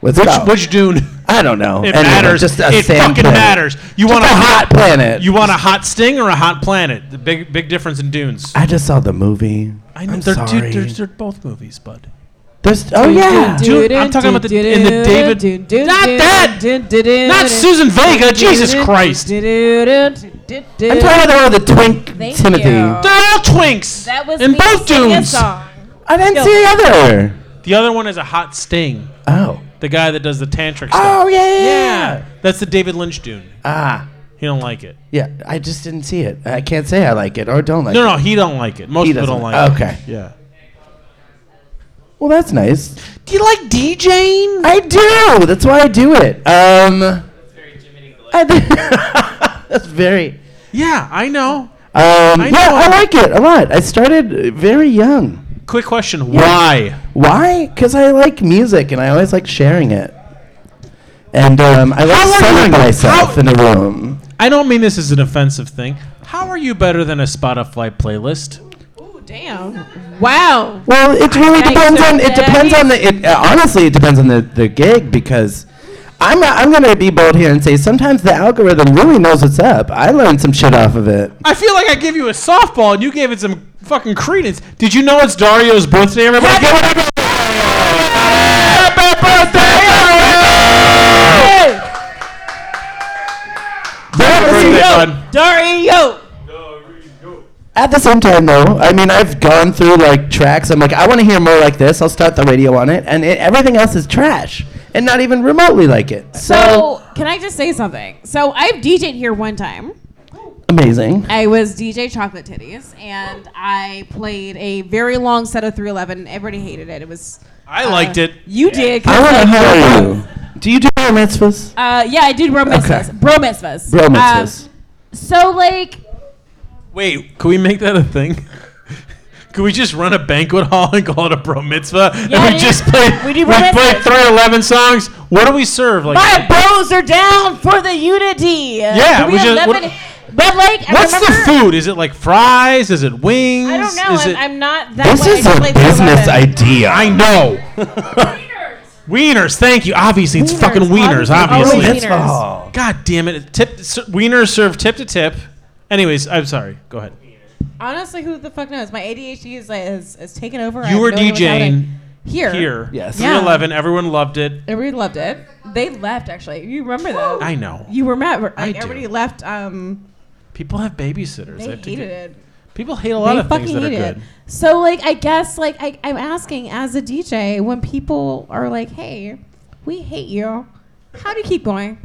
Speaker 8: What's
Speaker 1: which,
Speaker 8: up?
Speaker 1: which Dune?
Speaker 8: I don't know.
Speaker 1: It
Speaker 8: Anyway,
Speaker 1: matters.
Speaker 8: Just a
Speaker 1: it
Speaker 8: sand
Speaker 1: fucking
Speaker 8: planet.
Speaker 1: matters. You
Speaker 8: Just
Speaker 1: want
Speaker 8: a hot planet.
Speaker 1: You want a hot sting or a hot planet? The big big difference in dunes.
Speaker 8: I just saw the movie.
Speaker 1: I know
Speaker 8: I'm
Speaker 1: they're,
Speaker 8: sorry.
Speaker 1: Dude, they're, they're both movies, bud.
Speaker 8: There's- oh yeah.
Speaker 1: Dude, I'm talking about the- in the David- Not that! Not Susan Vega, Jesus Christ. They're
Speaker 8: I'm talking about the twink
Speaker 6: Thank
Speaker 8: Timothy.
Speaker 6: you.
Speaker 1: all twinks.
Speaker 6: That was
Speaker 1: in
Speaker 6: me
Speaker 1: both
Speaker 6: singing a
Speaker 1: dunes.
Speaker 6: song.
Speaker 8: I didn't see the other.
Speaker 1: The other one is a hot sting.
Speaker 8: Oh.
Speaker 1: The guy that does the tantric
Speaker 8: Oh
Speaker 1: stuff.
Speaker 8: yeah, yeah.
Speaker 1: Yeah.
Speaker 8: yeah.
Speaker 1: That's the David Lynch Dune.
Speaker 8: Ah.
Speaker 1: He don't like it.
Speaker 8: Yeah. I just didn't see it. I can't say I like it or don't like
Speaker 1: No,
Speaker 8: it.
Speaker 1: no, he don't like it. Most
Speaker 8: He
Speaker 1: people
Speaker 8: doesn't.
Speaker 1: don't like
Speaker 8: Okay.
Speaker 1: it. Yeah.
Speaker 8: Well, that's nice.
Speaker 1: Do you like DJing?
Speaker 8: I do. That's why I do it. Um. I th- [laughs] that's very.
Speaker 1: Yeah, I know.
Speaker 8: Um,
Speaker 1: I
Speaker 8: yeah,
Speaker 1: know.
Speaker 8: I like it a lot. I started uh, very young.
Speaker 1: Quick question. Why?
Speaker 8: Why? Because I like music and I always like sharing it. And um, I like
Speaker 1: How are
Speaker 8: selling
Speaker 1: you-
Speaker 8: myself
Speaker 1: how-
Speaker 8: in a room.
Speaker 1: I don't mean this as an offensive thing. How are you better than a Spotify playlist?
Speaker 4: Damn. Wow.
Speaker 8: Well, it really
Speaker 6: Thanks
Speaker 8: depends
Speaker 6: for
Speaker 8: on. It
Speaker 6: that.
Speaker 8: depends on the. It, uh, honestly, it depends on the, the gig because I'm, I'm going to be bold here and say sometimes the algorithm really knows what's up. I learned some shit off of it.
Speaker 1: I feel like I give you a softball and you gave it some fucking credence. Did you know it's Dario's birthday, everybody? Give it up. Happy birthday, Dario!
Speaker 8: But at the same-
Speaker 2: Dario!
Speaker 8: At the same time, though, I mean, I've gone through like tracks. I'm like, I want to hear more like this. I'll start the radio on it, and it, everything else is trash and not even remotely like it. So
Speaker 4: So, can I just say something? So, I've DJed here one time.
Speaker 8: amazing.
Speaker 4: I was DJ Chocolate Titties, and I played a very long set of 311. Everybody hated it. It was
Speaker 1: I liked it.
Speaker 4: you did. 'cause,
Speaker 8: I want to
Speaker 4: like,
Speaker 8: hire you. Do you do bar mitzvahs?
Speaker 4: Uh, yeah, I did bro mitzvahs. Bro mitzvahs.
Speaker 8: Bro
Speaker 4: Um,
Speaker 1: uh,
Speaker 8: mitzvahs.
Speaker 4: so like,
Speaker 1: Wait, can we make that a thing? [laughs] Can we just run a banquet hall and call it a bro mitzvah?
Speaker 4: Yeah,
Speaker 1: and we
Speaker 4: dude.
Speaker 1: just play
Speaker 4: We
Speaker 1: we,
Speaker 4: do bro
Speaker 1: play
Speaker 4: mitzvahs.
Speaker 1: 311 songs. What do we serve? Like
Speaker 4: my bros are down for the unity.
Speaker 1: Yeah, we just-
Speaker 4: 311
Speaker 1: what-
Speaker 4: but like, I
Speaker 1: What's
Speaker 4: remember-
Speaker 1: the food? Is it like fries? Is it wings?
Speaker 4: I don't know.
Speaker 1: Is
Speaker 4: I'm,
Speaker 1: it,
Speaker 4: I'm not that.
Speaker 8: this
Speaker 4: way. I
Speaker 8: is
Speaker 4: just
Speaker 8: a
Speaker 4: played
Speaker 8: business
Speaker 4: 311.
Speaker 8: idea.
Speaker 1: I
Speaker 4: [laughs]
Speaker 1: know. wieners. Thank you. Obviously, it's fucking wieners.
Speaker 4: obviously,
Speaker 1: Obviously.
Speaker 4: always
Speaker 8: Mitzvah hall.
Speaker 1: God damn it! Tip ser- wieners serve tip to tip. Anyways, I'm sorry. Go ahead.
Speaker 4: Honestly, who the fuck knows? My ADHD is like, is, is taken over. I
Speaker 1: You
Speaker 4: have
Speaker 1: were
Speaker 4: no idea what's
Speaker 1: DJing
Speaker 4: happening. here.
Speaker 1: here.
Speaker 8: Yes.
Speaker 1: 311. Everyone loved it.
Speaker 4: Everybody loved it. They left actually. You remember that?
Speaker 1: I know.
Speaker 4: You remember?
Speaker 1: I
Speaker 4: Like,
Speaker 1: do.
Speaker 4: everybody left. Um,
Speaker 1: People have babysitters.
Speaker 4: they
Speaker 1: I have to
Speaker 4: hated
Speaker 1: get-
Speaker 4: it.
Speaker 1: People hate a lot
Speaker 4: they
Speaker 1: of
Speaker 4: fucking
Speaker 1: things that are
Speaker 4: hated
Speaker 1: good.
Speaker 4: it. So like, I guess like I, I'm asking as a DJ when people are like, "Hey, we hate you. How do you keep going?"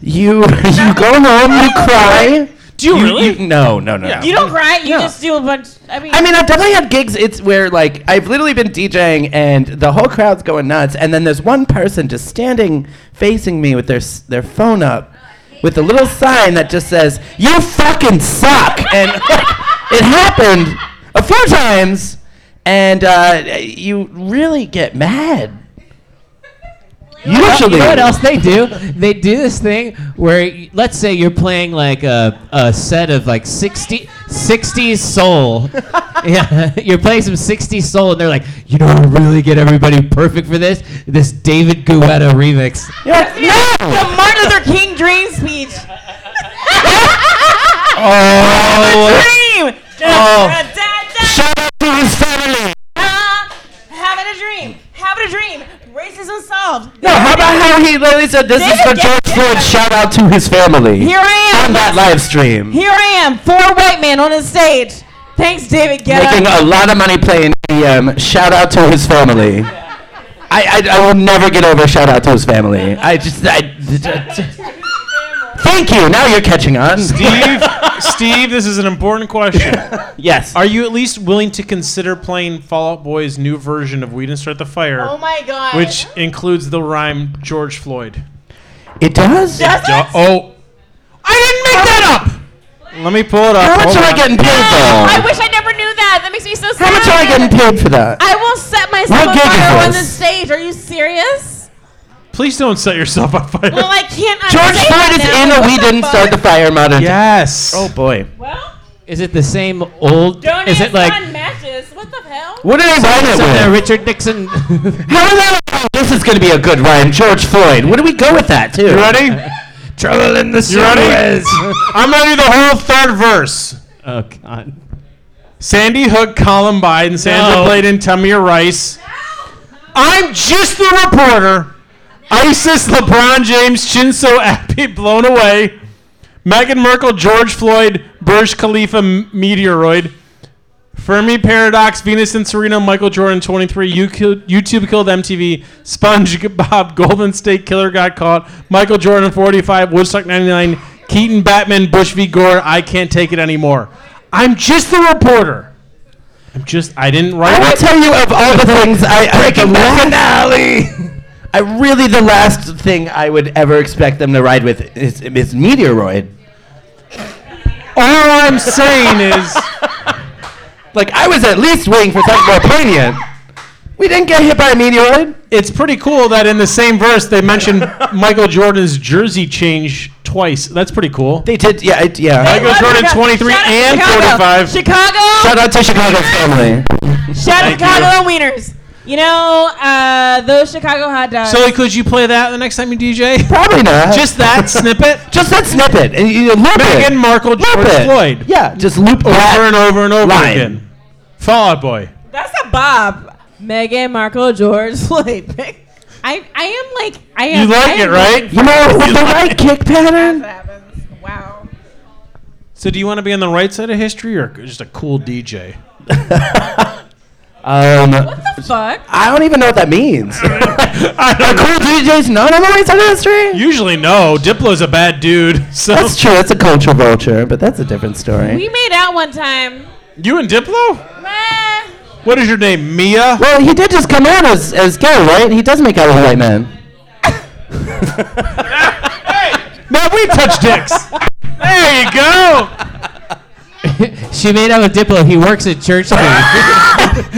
Speaker 8: You [laughs] you go home,
Speaker 1: [laughs]
Speaker 8: you cry.
Speaker 1: Do you, really?
Speaker 8: no, no, no.
Speaker 1: Yeah.
Speaker 8: no.
Speaker 1: You
Speaker 4: don't cry. You
Speaker 8: Yeah. just
Speaker 4: do a bunch. I mean,
Speaker 8: I mean, I've definitely had gigs. It's where like I've literally been DJing and the whole crowd's going nuts, and then there's one person just standing facing me with their s- their phone up, with a little sign that just says "You fucking suck," and [laughs] it happened a few times, and uh, you really get mad. Usually,
Speaker 2: You
Speaker 8: [laughs]
Speaker 2: know what else they do? They do this thing where, y- let's say you're playing like a, a set of like 60, 60s soul. yeah, [laughs] you're playing some 60s soul, and they're like, you know, what would really get everybody perfect for this this David Guetta remix.
Speaker 8: You're like,
Speaker 4: [laughs]
Speaker 8: no.
Speaker 4: Martin Luther King dream speech.
Speaker 8: Oh,
Speaker 4: dream.
Speaker 8: oh.
Speaker 4: Da-da-da.
Speaker 8: Shout out to his family.
Speaker 4: Having a dream. Having a dream. Racism solved.
Speaker 8: No, how about how he literally said, "This is for George Floyd." Shout out to his family.
Speaker 4: Here I
Speaker 8: on
Speaker 4: am.
Speaker 8: that live stream,
Speaker 4: Here I am. Four white men on a stage. Thanks, David
Speaker 8: making
Speaker 4: Guetta.
Speaker 8: a lot of money playing EDM. Shout out to his family. I, I, I will never get over shout out to his family. I just I, thank you. Now you're catching on.
Speaker 1: Steve,
Speaker 4: [laughs]
Speaker 1: Steve, this is an important question.
Speaker 8: [laughs] yes.
Speaker 1: Are you at least willing to consider playing Fall Out Boy's new version of "We Didn't Start the Fire,"
Speaker 4: Oh my god.
Speaker 1: which includes the rhyme George Floyd?
Speaker 8: it does.
Speaker 1: Duh- oh, I didn't make that up. Let me pull it up.
Speaker 8: How much
Speaker 1: Hold
Speaker 8: am I
Speaker 1: on.
Speaker 8: getting paid
Speaker 4: I
Speaker 8: for?
Speaker 4: wish I never knew that. That makes me so sad.
Speaker 8: How much am I getting paid for that?
Speaker 4: I will set myself
Speaker 8: What
Speaker 4: on
Speaker 8: gig is
Speaker 4: fire on
Speaker 8: this?
Speaker 4: the stage. Are you serious?
Speaker 1: Please don't set yourself on fire.
Speaker 4: Well, I can't.
Speaker 8: George
Speaker 4: unsay
Speaker 8: Floyd
Speaker 4: that
Speaker 8: is
Speaker 4: now.
Speaker 8: in a
Speaker 4: What
Speaker 8: "We
Speaker 4: the
Speaker 8: Didn't
Speaker 4: fuck?
Speaker 8: Start the Fire"
Speaker 1: [laughs]
Speaker 8: modern.
Speaker 1: yes.
Speaker 8: Oh boy.
Speaker 4: Well,
Speaker 2: Is it the same old?
Speaker 4: Donnie
Speaker 2: is it like
Speaker 4: matches. What the hell?
Speaker 8: What did I write it
Speaker 2: some of that
Speaker 8: with?
Speaker 2: Richard Nixon?
Speaker 8: How did I? Oh, this is going to be a good rhyme, George Floyd. What do we go with that too?
Speaker 1: You ready?
Speaker 2: Trouble in the
Speaker 1: You ready? [laughs] I'm gonna do the whole third verse.
Speaker 2: oh God.
Speaker 1: Sandy Hook, Columbine, Sandra
Speaker 2: No.
Speaker 1: Blayden, Tamir Rice. I'm just the reporter. ISIS, LeBron James, Shinzo Abe, blown away. Meghan Merkel, George Floyd, Burj Khalifa, M- meteoroid. Fermi Paradox, Venus and Serena, Michael Jordan, 23. You killed, YouTube killed MTV. [laughs] SpongeBob, Golden State Killer got caught. Michael Jordan, 45. Woodstock, 99. Keaton, Batman, Bush v. Gore. I can't take it anymore. I'm just the reporter. I'm just. I didn't
Speaker 8: [laughs] I
Speaker 1: write
Speaker 8: will
Speaker 1: it.
Speaker 8: tell you of all the things I, I the finale. I really the last thing I would ever expect them to ride with is, is meteoroid.
Speaker 1: All I'm saying is,
Speaker 8: [laughs] Like I was at least waiting for something more poignant. We didn't get hit by a meteoroid.
Speaker 1: it's pretty cool that in the same verse they mentioned Michael Jordan's jersey change twice. That's pretty cool.
Speaker 8: They did. Yeah, it, yeah.
Speaker 1: Michael Jordan, 23 and 45.
Speaker 4: Chicago.
Speaker 8: Shout out to Chicago's family.
Speaker 4: Shout out Chicago and Wieners.
Speaker 6: You know, uh, those Chicago hot dogs.
Speaker 1: So, like, could you play that the next time you DJ?
Speaker 8: Probably not.
Speaker 1: Just that [laughs] snippet?
Speaker 8: Just that snippet. And you you loop
Speaker 1: Meghan
Speaker 8: it.
Speaker 1: Markle,
Speaker 8: Loop
Speaker 1: George
Speaker 8: it.
Speaker 1: Floyd.
Speaker 8: Yeah, just loop
Speaker 1: Over and over and over
Speaker 8: Line.
Speaker 1: again. Fall Out Boy.
Speaker 6: That's a bob. Meghan Markle, George [laughs] Floyd. I, I am like I
Speaker 1: You
Speaker 6: am. I
Speaker 1: like it,
Speaker 6: am
Speaker 1: right?
Speaker 8: You know,
Speaker 1: [laughs]
Speaker 8: with the right kick
Speaker 6: That's
Speaker 8: pattern.
Speaker 6: what happens. Wow.
Speaker 1: So, do you want to be on the right side of history or just a cool [laughs] DJ?
Speaker 8: Um,
Speaker 6: What the fuck?
Speaker 8: I don't even know what that means. Are cool DJs not on the right side of history?
Speaker 1: Usually, no. Diplo's a bad dude. [laughs] So,
Speaker 8: That's true. That's a culture vulture, but that's a different story.
Speaker 6: We made out one time.
Speaker 1: you and Diplo?
Speaker 6: Meh. Oh,
Speaker 1: What is your name? Mia?
Speaker 8: well, he did just come out as, as gay, right? He does make out with white men.
Speaker 1: Man, we touch [laughs] dicks. there you go.
Speaker 2: she made out with Diplo. He works at church. too.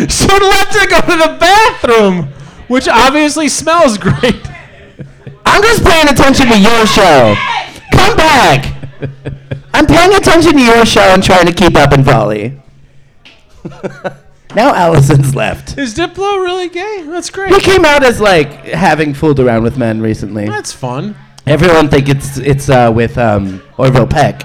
Speaker 1: So let's go to the bathroom, which obviously smells great.
Speaker 8: I'm just paying attention to your show. Come back. I'm paying attention to your show and trying to keep up in volley. [laughs] now Allison's left.
Speaker 1: Is Diplo really gay? That's
Speaker 8: He
Speaker 1: great.
Speaker 8: came out as like having fooled around with men recently.
Speaker 1: That's fun.
Speaker 8: Everyone think it's it's uh, with um, Orville Peck.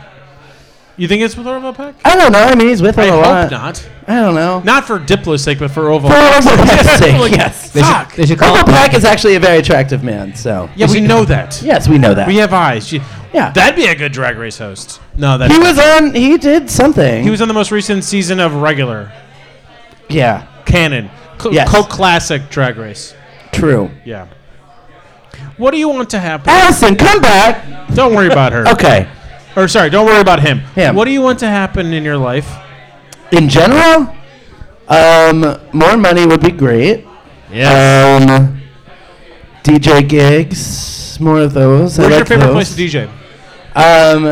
Speaker 1: You think it's with Orville Peck?
Speaker 8: I don't know. I mean, he's with him
Speaker 1: I
Speaker 8: a
Speaker 1: hope
Speaker 8: lot.
Speaker 1: not.
Speaker 8: I don't [laughs] know.
Speaker 1: Not for Diplo's sake, but for Orville.
Speaker 8: For Orville Peck's
Speaker 1: [laughs]
Speaker 8: sake,
Speaker 1: Like,
Speaker 8: yes.
Speaker 2: they, should,
Speaker 1: Fuck.
Speaker 2: they should call
Speaker 8: Orville
Speaker 2: him.
Speaker 8: Peck is actually a very attractive man. So
Speaker 1: Yeah, we know that.
Speaker 8: yes, we know that.
Speaker 1: We have eyes. Gee,
Speaker 8: Yeah.
Speaker 1: That'd be a good drag race host. No, that
Speaker 8: he was on. He did something.
Speaker 1: he was on the most recent season of regular
Speaker 8: Yeah.
Speaker 1: canon cl-
Speaker 8: Yes.
Speaker 1: cult classic drag race.
Speaker 8: True.
Speaker 1: Yeah. What do you want to happen?
Speaker 8: Allison, come back.
Speaker 1: don't worry about her.
Speaker 8: Okay.
Speaker 1: Or sorry, don't worry about him.
Speaker 8: Him. Uh,
Speaker 1: What do you want to happen in your life?
Speaker 8: In general, um, more money would be great.
Speaker 2: Yes.
Speaker 8: Um, DJ gigs, more of those. I
Speaker 1: Where's your
Speaker 8: like
Speaker 1: favorite
Speaker 8: those.
Speaker 1: place to DJ?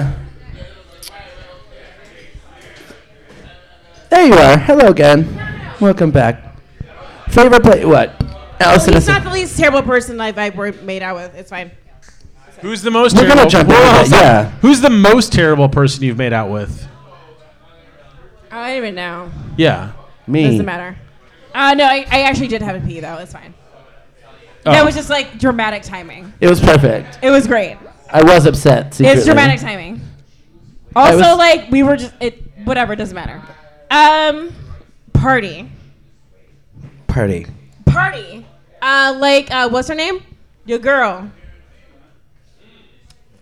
Speaker 8: Um, there you are. Hello again. Welcome back. Favorite place? What? Allison,
Speaker 6: He's
Speaker 8: is-
Speaker 6: not the least terrible person I've ever made out with. It's fine.
Speaker 1: Who's the most
Speaker 8: we're
Speaker 1: terrible?
Speaker 8: gonna jump
Speaker 1: Whoa,
Speaker 8: into that.
Speaker 1: hold on.
Speaker 8: Yeah.
Speaker 1: Who's the most terrible person you've made out with?
Speaker 6: I don't even know.
Speaker 1: Yeah.
Speaker 8: Me.
Speaker 6: Doesn't matter. Uh, no, I, I actually did have a pee though. It's fine.
Speaker 1: Oh.
Speaker 6: That was just like dramatic timing.
Speaker 8: It was perfect.
Speaker 6: It was great.
Speaker 8: I was upset. Secretly.
Speaker 6: It's dramatic timing.
Speaker 8: I
Speaker 6: Also,
Speaker 8: was-
Speaker 6: like we were just it whatever doesn't matter. Um, party,
Speaker 8: Party.
Speaker 6: party. Uh, like uh, what's her name? Your girl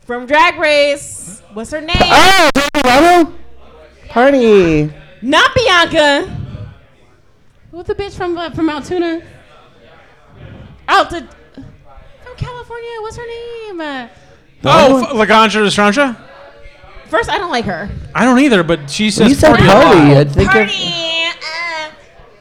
Speaker 6: from Drag Race. What's her name?
Speaker 8: Oh, Colorado? Party.
Speaker 6: Not Bianca. Who's the bitch from uh, from Altoona? Out to from California. What's her name? Uh,
Speaker 1: Oh, f- Laganja Lestrange?
Speaker 6: first, I don't like her.
Speaker 1: I don't either, but she
Speaker 8: When
Speaker 1: says
Speaker 8: you said
Speaker 1: party.
Speaker 8: party, I think
Speaker 6: Party.
Speaker 8: of
Speaker 6: Uh,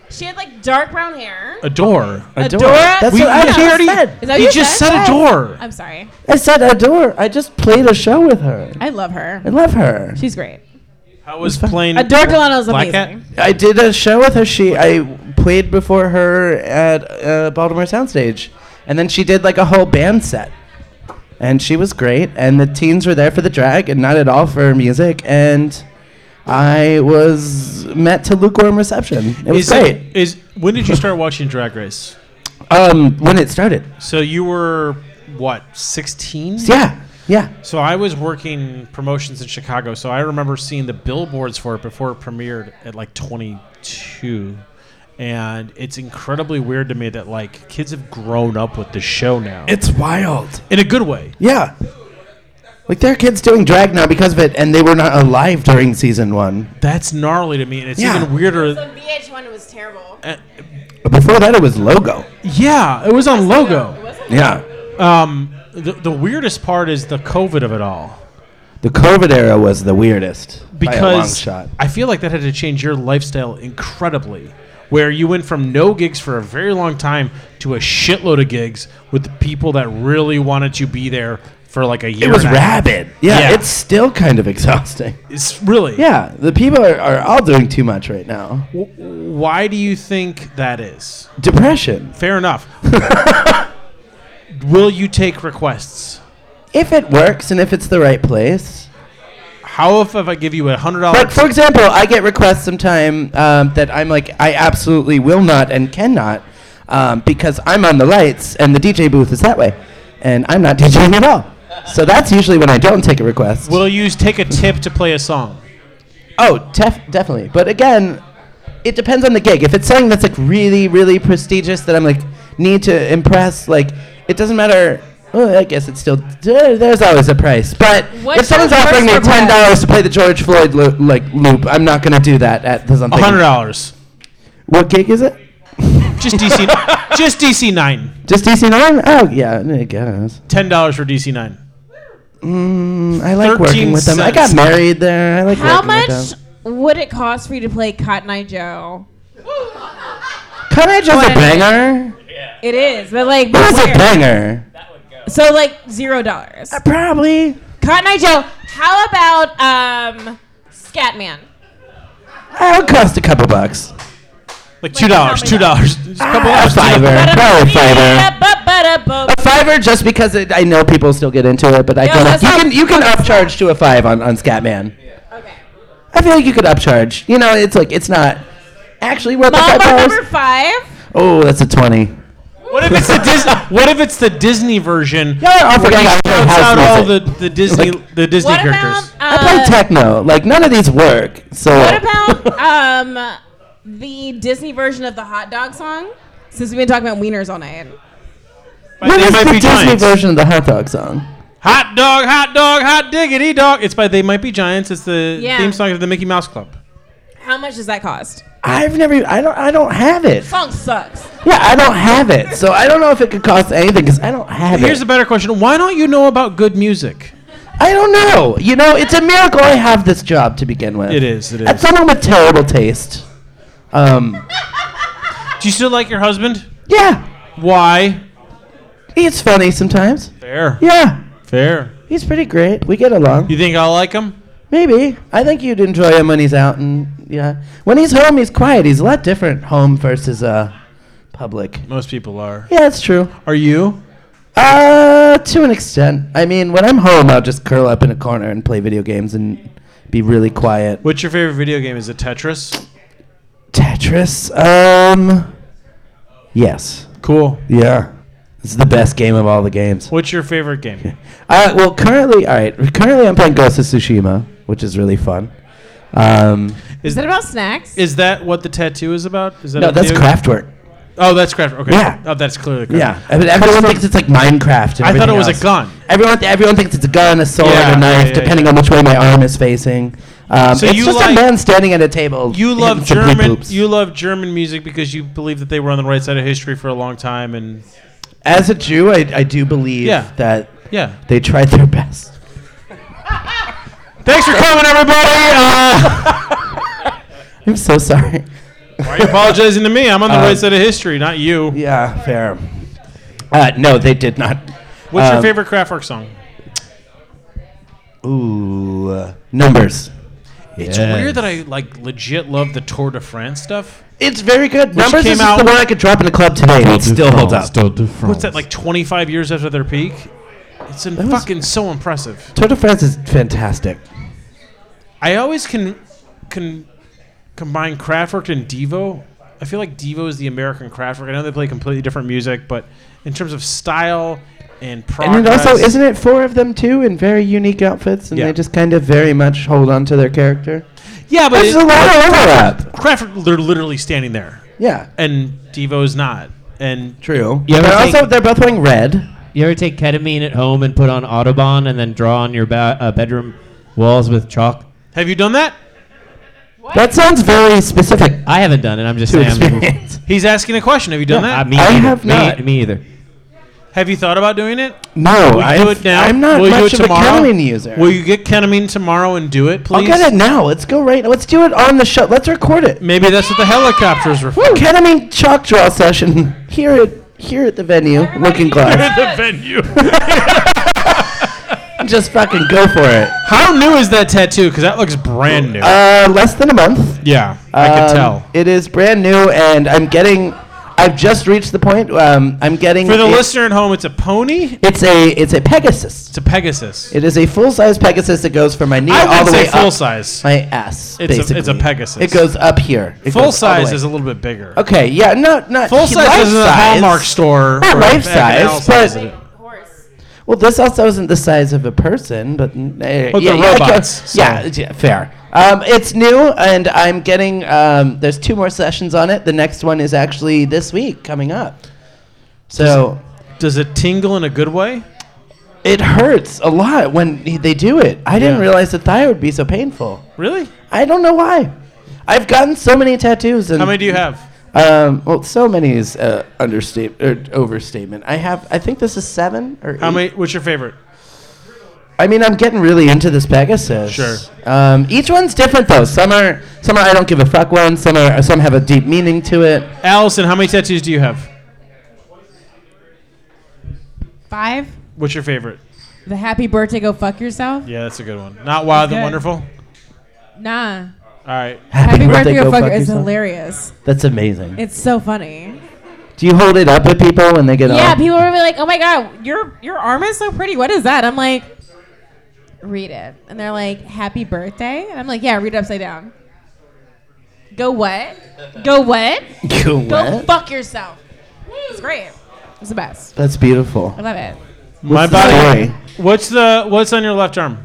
Speaker 6: she had like dark brown hair.
Speaker 1: Adore.
Speaker 8: adore.
Speaker 6: Adora?
Speaker 8: That's
Speaker 1: We-
Speaker 8: what I
Speaker 1: yeah.
Speaker 8: just
Speaker 1: We already-
Speaker 8: already
Speaker 6: Is
Speaker 8: said.
Speaker 6: that what
Speaker 1: you
Speaker 6: you
Speaker 1: just
Speaker 6: said?
Speaker 1: said adore.
Speaker 6: I'm sorry.
Speaker 8: I said adore. I just played a show with her.
Speaker 6: I love her.
Speaker 8: I love her.
Speaker 6: She's great.
Speaker 1: How was playing
Speaker 6: Adore Delano's
Speaker 1: Black
Speaker 6: amazing.
Speaker 1: Cat?
Speaker 8: I did a show with her. She I played before her at uh, Baltimore Soundstage, and then she did like a whole band set, and she was great. And the teens were there for the drag, and not at all for music. And I was met to lukewarm reception. It was
Speaker 1: Is
Speaker 8: great.
Speaker 1: it- is- when did you start watching Drag Race?
Speaker 8: um, when it started,
Speaker 1: So you were what, 16?
Speaker 8: yeah, yeah.
Speaker 1: So I was working promotions in Chicago, so I remember seeing the billboards for it before it premiered at like 22. And it's incredibly weird to me that like kids have grown up with the show now.
Speaker 8: It's wild.
Speaker 1: in a good way.
Speaker 8: Yeah. Like there are kids doing drag now because of it, and they were not alive during season one.
Speaker 1: That's gnarly to me, and it's
Speaker 8: Yeah.
Speaker 1: even weirder.
Speaker 6: The VH1 was terrible.
Speaker 8: But before that, it was logo.
Speaker 1: Yeah, it was on logo.
Speaker 8: Yeah.
Speaker 1: Um, the, the weirdest part is the COVID of it all.
Speaker 8: The COVID era was the weirdest
Speaker 1: because
Speaker 8: by a long shot.
Speaker 1: I feel like that had to change your lifestyle incredibly. Where you went from no gigs for a very long time to a shitload of gigs with the people that really wanted to be there for like a year.
Speaker 8: It was
Speaker 1: and a half.
Speaker 8: rabid. Yeah,
Speaker 1: Yeah.
Speaker 8: it's still kind of exhausting. [laughs]
Speaker 1: It's really.
Speaker 8: Yeah, the people are, are all doing too much right now.
Speaker 1: W- why do you think that is?
Speaker 8: Depression.
Speaker 1: Fair
Speaker 8: [laughs]
Speaker 1: enough. Will you take requests?
Speaker 8: If it works and if it's the right place.
Speaker 1: How if, if I give you a hundred
Speaker 8: Like,
Speaker 1: dollars?
Speaker 8: for example, I get requests sometime um, that I'm like, I absolutely will not and cannot. um, because I'm on the lights and the DJ booth is that way, and I'm not DJing at all. So that's usually when I don't take a request.
Speaker 1: Will you take a tip to play a song?
Speaker 8: Oh, def- definitely. But again, it depends on the gig. If it's something that's like really, really prestigious that I'm like need to impress, like it doesn't matter. Well, I guess it's still there- there's always a price. But if
Speaker 6: What's
Speaker 8: someone's
Speaker 6: your
Speaker 8: offering me
Speaker 6: first
Speaker 8: ten
Speaker 6: request?
Speaker 8: dollars to play the George Floyd lo- like loop, I'm not gonna do that at the something.
Speaker 1: hundred dollars.
Speaker 8: What gig is it?
Speaker 1: Just
Speaker 8: [laughs]
Speaker 1: DC. just DC nine.
Speaker 8: Just DC nine? Oh yeah, I guess.
Speaker 1: Ten dollars for DC nine.
Speaker 8: Mm, I like
Speaker 1: 13
Speaker 8: working with them. I got
Speaker 1: cents.
Speaker 8: married there. I like
Speaker 6: How
Speaker 8: working
Speaker 6: much
Speaker 8: with them.
Speaker 6: would it cost for you to play Cotton Eye Joe?
Speaker 8: Can I just a
Speaker 6: What?
Speaker 8: banger?
Speaker 6: It is, but like,
Speaker 8: What is a
Speaker 6: where?
Speaker 8: banger?
Speaker 6: so like zero dollars.
Speaker 8: Probably.
Speaker 6: Cotton Eye Joe. How about um, Scatman?
Speaker 8: I'll cost a couple bucks.
Speaker 1: Like two dollars. Two
Speaker 8: [laughs]
Speaker 1: dollars.
Speaker 8: couple a fiver, probably a fiver.
Speaker 6: Ba-da-ba-ba-da-ba.
Speaker 8: A fiver just because it, I know people still get into it, but I
Speaker 6: Yeah,
Speaker 8: feel like
Speaker 6: that's
Speaker 8: you
Speaker 6: how-
Speaker 8: can you can upcharge to a five on on Scatman. I feel like you could upcharge. You know, it's like it's not actually worth the five
Speaker 6: Mamba number
Speaker 8: dollars.
Speaker 6: five.
Speaker 8: Oh, that's a twenty.
Speaker 1: What if it's the Disney? What if it's the Disney version?
Speaker 8: Yeah, I'm
Speaker 1: where
Speaker 8: forgetting
Speaker 1: he
Speaker 8: I play
Speaker 1: shouts
Speaker 8: house
Speaker 1: out all the,
Speaker 8: music.
Speaker 1: the Disney
Speaker 8: Like-
Speaker 1: the Disney
Speaker 6: What
Speaker 1: characters.
Speaker 6: about
Speaker 8: I play
Speaker 6: uh,
Speaker 8: techno. Like none of these work. So
Speaker 6: What about um, the Disney version of the hot dog song? Since we've been talking about wieners all night.
Speaker 1: But
Speaker 8: [laughs] what
Speaker 1: they
Speaker 8: is
Speaker 1: might
Speaker 8: the
Speaker 1: be
Speaker 8: Disney
Speaker 1: giants.
Speaker 8: version of the hot dog song?
Speaker 1: Hot dog, hot dog, hot diggity dog. It's by They Might Be Giants. It's the
Speaker 6: Yeah.
Speaker 1: theme song of the Mickey Mouse Club.
Speaker 6: How much does that cost?
Speaker 8: I've never. I don't. I don't have it.
Speaker 6: Song sucks.
Speaker 8: Yeah, I don't have it. So I don't know if it could cost anything because I don't have it.
Speaker 1: Here's a better question: Why don't you know about good music?
Speaker 8: I don't know. You know, it's a miracle I have this job to begin with.
Speaker 1: It is. It
Speaker 8: I'm
Speaker 1: is.
Speaker 8: someone with terrible taste. Um,
Speaker 1: Do you still like your husband?
Speaker 8: yeah,
Speaker 1: Why?
Speaker 8: he's funny sometimes.
Speaker 1: Fair.
Speaker 8: Yeah,
Speaker 1: Fair.
Speaker 8: he's pretty great. We get along.
Speaker 1: You think I'll like him?
Speaker 8: Maybe. I think you'd enjoy him when he's out and yeah. When he's home, he's quiet. He's a lot different home versus uh, public.
Speaker 1: Most people are.
Speaker 8: Yeah, it's true.
Speaker 1: Are you?
Speaker 8: Uh, to an extent. I mean, when I'm home, I'll just curl up in a corner and play video games and be really quiet.
Speaker 1: What's your favorite video game? Is it Tetris?
Speaker 8: Tetris. Um, yes.
Speaker 1: Cool.
Speaker 8: Yeah. It's the best game of all the games.
Speaker 1: What's your favorite game?
Speaker 8: Uh, well, currently, all right. Currently, I'm playing Ghost of Tsushima, which is really fun. Um,
Speaker 6: Is it about snacks?
Speaker 1: Is that what the tattoo is about? Is that
Speaker 8: no,
Speaker 1: a
Speaker 8: that's
Speaker 1: video-
Speaker 8: Kraftwerk.
Speaker 1: Oh, that's craft. Okay.
Speaker 8: Yeah.
Speaker 1: Oh, that's clearly craft.
Speaker 8: Yeah, I mean, everyone thinks it's like Minecraft. And
Speaker 1: I thought it
Speaker 8: everything
Speaker 1: was a
Speaker 8: else.
Speaker 1: gun.
Speaker 8: Everyone, everyone thinks it's a gun, a sword,
Speaker 1: Yeah,
Speaker 8: a
Speaker 1: yeah,
Speaker 8: knife,
Speaker 1: yeah,
Speaker 8: depending on which way my arm is facing. Um,
Speaker 1: So
Speaker 8: it's
Speaker 1: you
Speaker 8: just
Speaker 1: like-
Speaker 8: a man standing at a table.
Speaker 1: You
Speaker 8: hitting
Speaker 1: love
Speaker 8: some bleep
Speaker 1: German.
Speaker 8: bloops.
Speaker 1: You love German music because you believe that they were on the right side of history for a long time, and
Speaker 8: As a Jew, I, I do believe
Speaker 1: Yeah.
Speaker 8: that
Speaker 1: yeah.
Speaker 8: they tried
Speaker 1: [laughs]
Speaker 8: their best.
Speaker 1: Thanks for coming, everybody. Uh,
Speaker 8: I'm so sorry.
Speaker 1: Why are you Uh, apologizing to me? I'm on the
Speaker 8: Um,
Speaker 1: right side of history, not you.
Speaker 8: Yeah, fair. Uh, no, they did not.
Speaker 1: What's your
Speaker 8: um,
Speaker 1: favorite Kraftwerk song?
Speaker 8: Ooh, uh, numbers.
Speaker 1: It's weird that I like legit love the Tour de France stuff.
Speaker 8: It's very good. numbers
Speaker 1: came
Speaker 8: is
Speaker 1: out-
Speaker 8: the one I could drop in a club today. and It still holds up.
Speaker 1: What's that like 25 years after their peak? It's in
Speaker 8: was-
Speaker 1: fucking so impressive.
Speaker 8: Tour de France is fantastic.
Speaker 1: I always can can combine Kraftwerk and Devo. I feel like Devo is the American Kraftwerk. I know they play completely different music, but in terms of style and progress,
Speaker 8: And it also isn't it four of them too in very unique outfits, and
Speaker 1: Yeah.
Speaker 8: they just kind of very much hold on to their character.
Speaker 1: yeah, but
Speaker 8: There's
Speaker 1: it,
Speaker 8: a lot of overlap.
Speaker 1: Kraftwerk they're literally standing there,
Speaker 8: Yeah,
Speaker 1: and Devo's not, and
Speaker 8: true.
Speaker 2: You ever
Speaker 8: but also
Speaker 2: think-
Speaker 8: they're both wearing red.
Speaker 2: You ever take ketamine at home and put on Audubon and then draw on your ba- uh, bedroom walls with chalk?
Speaker 1: have you done that?
Speaker 8: That sounds very specific
Speaker 2: I haven't done it. I'm just
Speaker 8: to
Speaker 2: saying. I'm- [laughs]
Speaker 8: experience.
Speaker 1: He's asking a question. Have you done
Speaker 8: No,
Speaker 1: that?
Speaker 2: Uh, me
Speaker 8: I
Speaker 2: either.
Speaker 8: have
Speaker 2: Me-
Speaker 8: not.
Speaker 2: Me either.
Speaker 1: Have you thought about doing it?
Speaker 8: [laughs] No,
Speaker 1: Will you do it
Speaker 8: I've-
Speaker 1: now?
Speaker 8: I'm not
Speaker 1: Will you do
Speaker 8: much
Speaker 1: it
Speaker 8: of a
Speaker 1: tomorrow?
Speaker 8: ketamine user.
Speaker 1: Will you get ketamine tomorrow and do it,
Speaker 8: I'll
Speaker 1: please?
Speaker 8: get it now. Let's go right. Let's do it on the show. Let's record it.
Speaker 1: Maybe that's what the helicopters were for.
Speaker 8: Ketamine chalk draw session here at here at the venue, Looking Glass.
Speaker 1: the venue.
Speaker 8: [laughs] Just fucking go for it.
Speaker 1: How new is that tattoo? Because that looks brand new.
Speaker 8: Uh, less than a month.
Speaker 1: yeah, I can
Speaker 8: Um,
Speaker 1: tell.
Speaker 8: It is brand new, and I'm getting. I've just reached the point. Um, I'm getting
Speaker 1: For the
Speaker 8: it-
Speaker 1: listener at home, it's a pony.
Speaker 8: It's a it's a Pegasus.
Speaker 1: It's a Pegasus.
Speaker 8: It is a full size Pegasus that goes from my knee
Speaker 1: I
Speaker 8: all
Speaker 1: would
Speaker 8: the
Speaker 1: say
Speaker 8: way
Speaker 1: full
Speaker 8: up
Speaker 1: size.
Speaker 8: my ass.
Speaker 1: It's a- it's a
Speaker 8: basically.
Speaker 1: Pegasus.
Speaker 8: It goes up here. It
Speaker 1: Full
Speaker 8: goes all the
Speaker 1: size
Speaker 8: way.
Speaker 1: is a little bit bigger.
Speaker 8: okay. Yeah, no, not
Speaker 1: Full
Speaker 8: he-
Speaker 1: size
Speaker 8: life
Speaker 1: is in a
Speaker 8: size.
Speaker 1: Hallmark store.
Speaker 8: Not
Speaker 1: for
Speaker 8: life
Speaker 1: back in
Speaker 8: size, but-
Speaker 1: Alabama.
Speaker 8: Well, this also isn't the size of a person, but uh,
Speaker 1: Well, they're
Speaker 8: yeah, I
Speaker 1: robots,
Speaker 8: guess-
Speaker 1: so-
Speaker 8: Yeah, yeah, fair. Um, it's new, and I'm getting. Um, there's two more sessions on it. The next one is actually this week coming up. So
Speaker 1: Does it tingle in a good way?
Speaker 8: it hurts a lot when he- they do it. I didn't
Speaker 1: Yeah.
Speaker 8: realize the thigh would be so painful.
Speaker 1: Really?
Speaker 8: I don't know why. I've gotten so many tattoos, and
Speaker 1: How many do you have?
Speaker 8: Um, well, so many is uh, understatement or overstatement. I have. I think this is seven or
Speaker 1: How
Speaker 8: eight.
Speaker 1: many? What's your favorite?
Speaker 8: I mean, I'm getting really into this Pegasus.
Speaker 1: Sure.
Speaker 8: Um, each one's different though. Some are some are I don't give a fuck ones. Some are some have a deep meaning to it.
Speaker 1: Allison, how many tattoos do you have?
Speaker 6: Five.
Speaker 1: What's your favorite?
Speaker 6: The happy birthday, go fuck yourself.
Speaker 1: Yeah, that's a good one. Not wild and
Speaker 6: Good.
Speaker 1: wonderful. All
Speaker 6: Nah.
Speaker 1: right.
Speaker 6: Happy, birthday, go, fuck yourself. It's hilarious.
Speaker 8: That's amazing.
Speaker 6: It's so funny.
Speaker 8: Do you hold it up at people when they get
Speaker 6: Yeah,
Speaker 8: on?
Speaker 6: people were like, "Oh my god, your your arm is so pretty. What is that?" I'm like, "Read it," and they're like, "Happy birthday," and I'm like, "Yeah, read it upside down." Go what? Go what?
Speaker 8: [laughs] You
Speaker 6: Go
Speaker 8: what?
Speaker 6: fuck yourself. It's great. It's the best.
Speaker 8: That's beautiful.
Speaker 6: I love it.
Speaker 1: My
Speaker 8: the
Speaker 1: body.
Speaker 8: story?
Speaker 1: What's the what's on your left arm?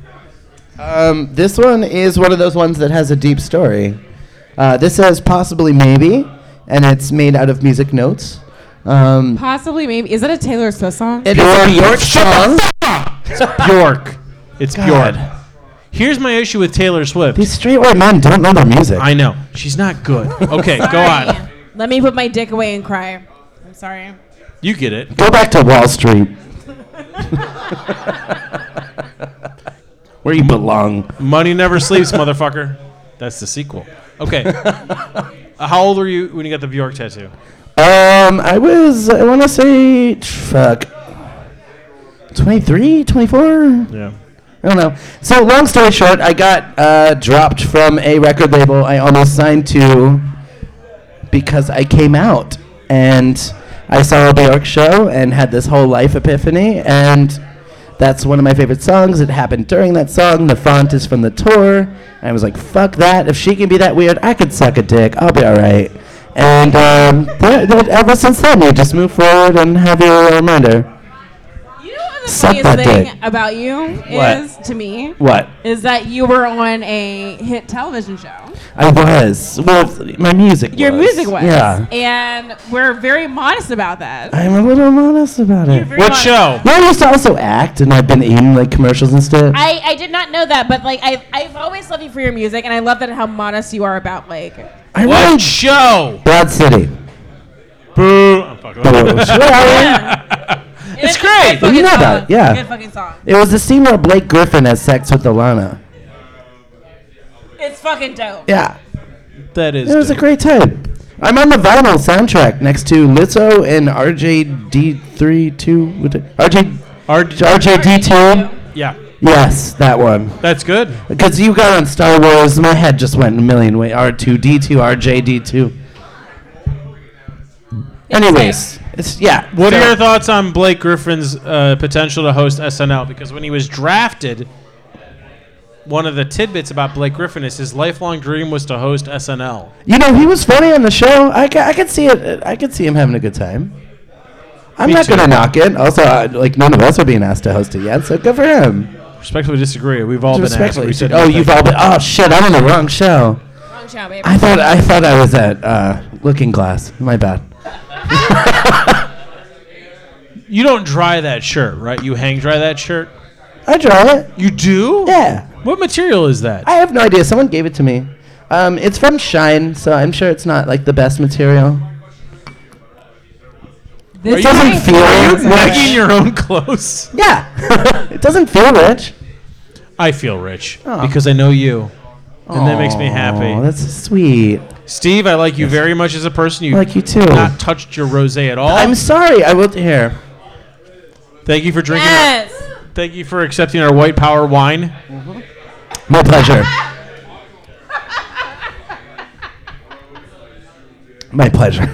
Speaker 8: Um, this one is one of those ones that has a deep story. Uh, this says possibly maybe, and it's made out of music notes. Um,
Speaker 6: Possibly, maybe. Is that a Taylor Swift song?
Speaker 8: it is a Bjork song.
Speaker 1: Bjork. It's
Speaker 8: God.
Speaker 1: Bjork. Here's my issue with Taylor Swift.
Speaker 8: These straightway men don't know their music.
Speaker 1: I know she's not good. Okay, go on.
Speaker 6: Sorry. Let me put my dick away and cry. I'm sorry.
Speaker 1: You get it.
Speaker 8: Go back to Wall Street. Where you belong.
Speaker 1: Money never sleeps, motherfucker. That's the sequel. Okay. Uh, how old were you when you got the Bjork tattoo?
Speaker 8: Um, I was, I want to say, fuck, 23, 24?
Speaker 1: Yeah.
Speaker 8: I don't know. So, long story short, I got uh, dropped from a record label I almost signed to because I came out and I saw a Bjork show and had this whole life epiphany. And that's one of my favorite songs. It happened during that song. The font is from the tour. I was like, fuck that. If she can be that weird, I could suck a dick. I'll be all right. And um, that, that, ever since then, you just move forward and have your reminder.
Speaker 6: You know what the
Speaker 8: Suck
Speaker 6: funniest
Speaker 8: that
Speaker 6: thing
Speaker 8: dick.
Speaker 6: about you
Speaker 8: What?
Speaker 6: is to me
Speaker 8: What?
Speaker 6: is that you were on a hit television show.
Speaker 8: I was. Well, my music
Speaker 6: Your
Speaker 8: was.
Speaker 6: music was.
Speaker 8: Yeah.
Speaker 6: And we're very modest about that.
Speaker 8: I'm a little modest about it.
Speaker 6: Very
Speaker 1: What
Speaker 6: modest.
Speaker 1: show?
Speaker 8: Well, I used to also act, and I've been in like commercials and stuff.
Speaker 6: I, I did not know that, but like I I've always loved you for your music, and I love that how modest you are about like.
Speaker 8: I
Speaker 1: What
Speaker 8: really-
Speaker 1: show?
Speaker 8: Broad
Speaker 6: [laughs]
Speaker 8: City.
Speaker 1: Boo. I'm fucking with you.
Speaker 6: It's
Speaker 1: great.
Speaker 8: You know about it, yeah.
Speaker 6: Good fucking song.
Speaker 8: [laughs] it was the scene where Blake Griffin has sex with Alana.
Speaker 6: It's fucking dope.
Speaker 8: Yeah,
Speaker 1: That is.
Speaker 8: it was a
Speaker 1: dope.
Speaker 8: great time. I'm on the vinyl soundtrack next to Lizzo and RJD32. what the- RJ,
Speaker 1: Hard-
Speaker 8: RJD2.
Speaker 1: yeah.
Speaker 8: Yes, that one.
Speaker 1: That's good.
Speaker 8: Because you got on Star Wars, my head just went a million ways. R2D2, RJD2. Anyways, it's yeah.
Speaker 1: What
Speaker 8: so-
Speaker 1: are your thoughts on Blake Griffin's uh, potential to host SNL? Because when he was drafted, one of the tidbits about Blake Griffin is his lifelong dream was to host SNL.
Speaker 8: You know, he was funny on the show. I, ca- I could see it. I could see him having a good time. I'm
Speaker 1: Me
Speaker 8: not
Speaker 1: too.
Speaker 8: gonna knock it. Also, I, like none of us are being asked to host it yet, so good for him.
Speaker 1: Respectfully disagree. We've all been asked.
Speaker 8: Respectfully,
Speaker 1: We said
Speaker 8: oh,
Speaker 1: nothing.
Speaker 8: you've all been. Oh shit, I'm on the wrong show.
Speaker 6: Wrong show, baby.
Speaker 8: I thought I thought I was at uh, Looking Glass. My bad.
Speaker 1: You don't dry that shirt, right? You hang dry that shirt.
Speaker 8: I draw it.
Speaker 1: You do?
Speaker 8: Yeah,
Speaker 1: What material is that?
Speaker 8: I have no idea. Someone gave it to me. Um, it's from Shine, so I'm sure it's not like the best material.
Speaker 1: Are
Speaker 6: This
Speaker 1: you-
Speaker 8: doesn't
Speaker 6: is-
Speaker 8: feel
Speaker 1: Are you
Speaker 8: rich.
Speaker 1: making your own clothes?
Speaker 8: Yeah, [laughs] it doesn't feel rich.
Speaker 1: I feel rich
Speaker 8: Oh.
Speaker 1: because I know you, and that makes me
Speaker 8: Oh,
Speaker 1: happy.
Speaker 8: that's sweet.
Speaker 1: Steve, I like you very much as a person. You
Speaker 8: I like you too.
Speaker 1: not touched your rosé at all.
Speaker 8: I'm sorry. I will here.
Speaker 1: Thank you for drinking. our-
Speaker 6: Yes.
Speaker 1: Thank you for accepting our white power wine.
Speaker 8: My [laughs] pleasure. My pleasure.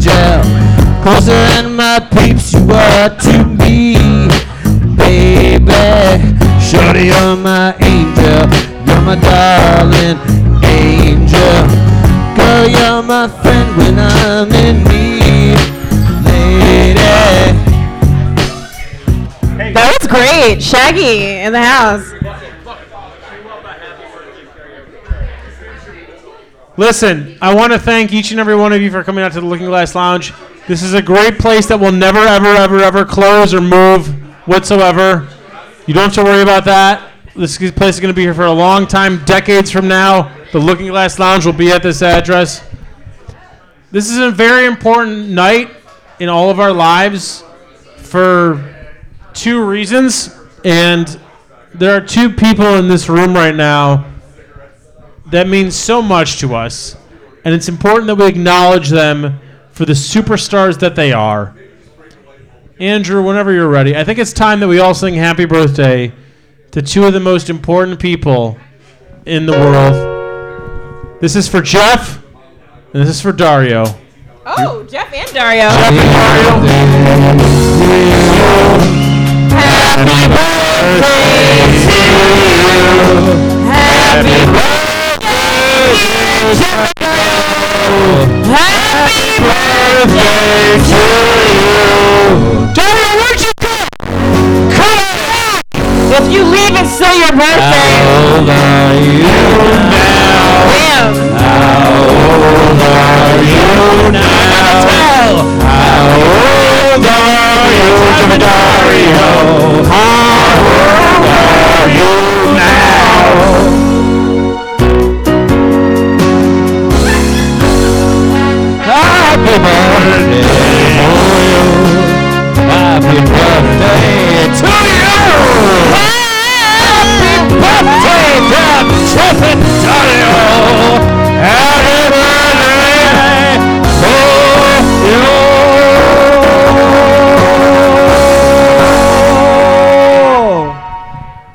Speaker 8: sister and my peeps, you are to me, baby. Shorty, you're my angel, you're my darling angel. Girl, you're my friend when I'm in need, lady.
Speaker 4: That was great. Shaggy in the house.
Speaker 1: Listen, I want to thank each and every one of you for coming out to the Looking Glass Lounge. This is a great place that will never, ever, ever, ever close or move whatsoever. You don't have to worry about that. This is- place is going to be here for a long time, decades from now. The Looking Glass Lounge will be at this address. This is a very important night in all of our lives for two reasons, and there are two people in this room right now that means so much to us, and it's important that we acknowledge them for the superstars that they are. Andrew, whenever you're ready, I think it's time that we all sing happy birthday to two of the most important people in the world. This is for Jeff, and this is for Dario.
Speaker 4: Oh, Jeff and Dario. If you leave, it's still your birthday. Damn.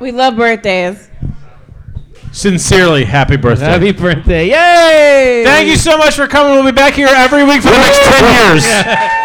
Speaker 4: We love birthdays.
Speaker 1: Sincerely, happy birthday.
Speaker 8: Happy birthday! Yay!
Speaker 1: Thank you so much for coming. We'll be back here every week for the next 10 years.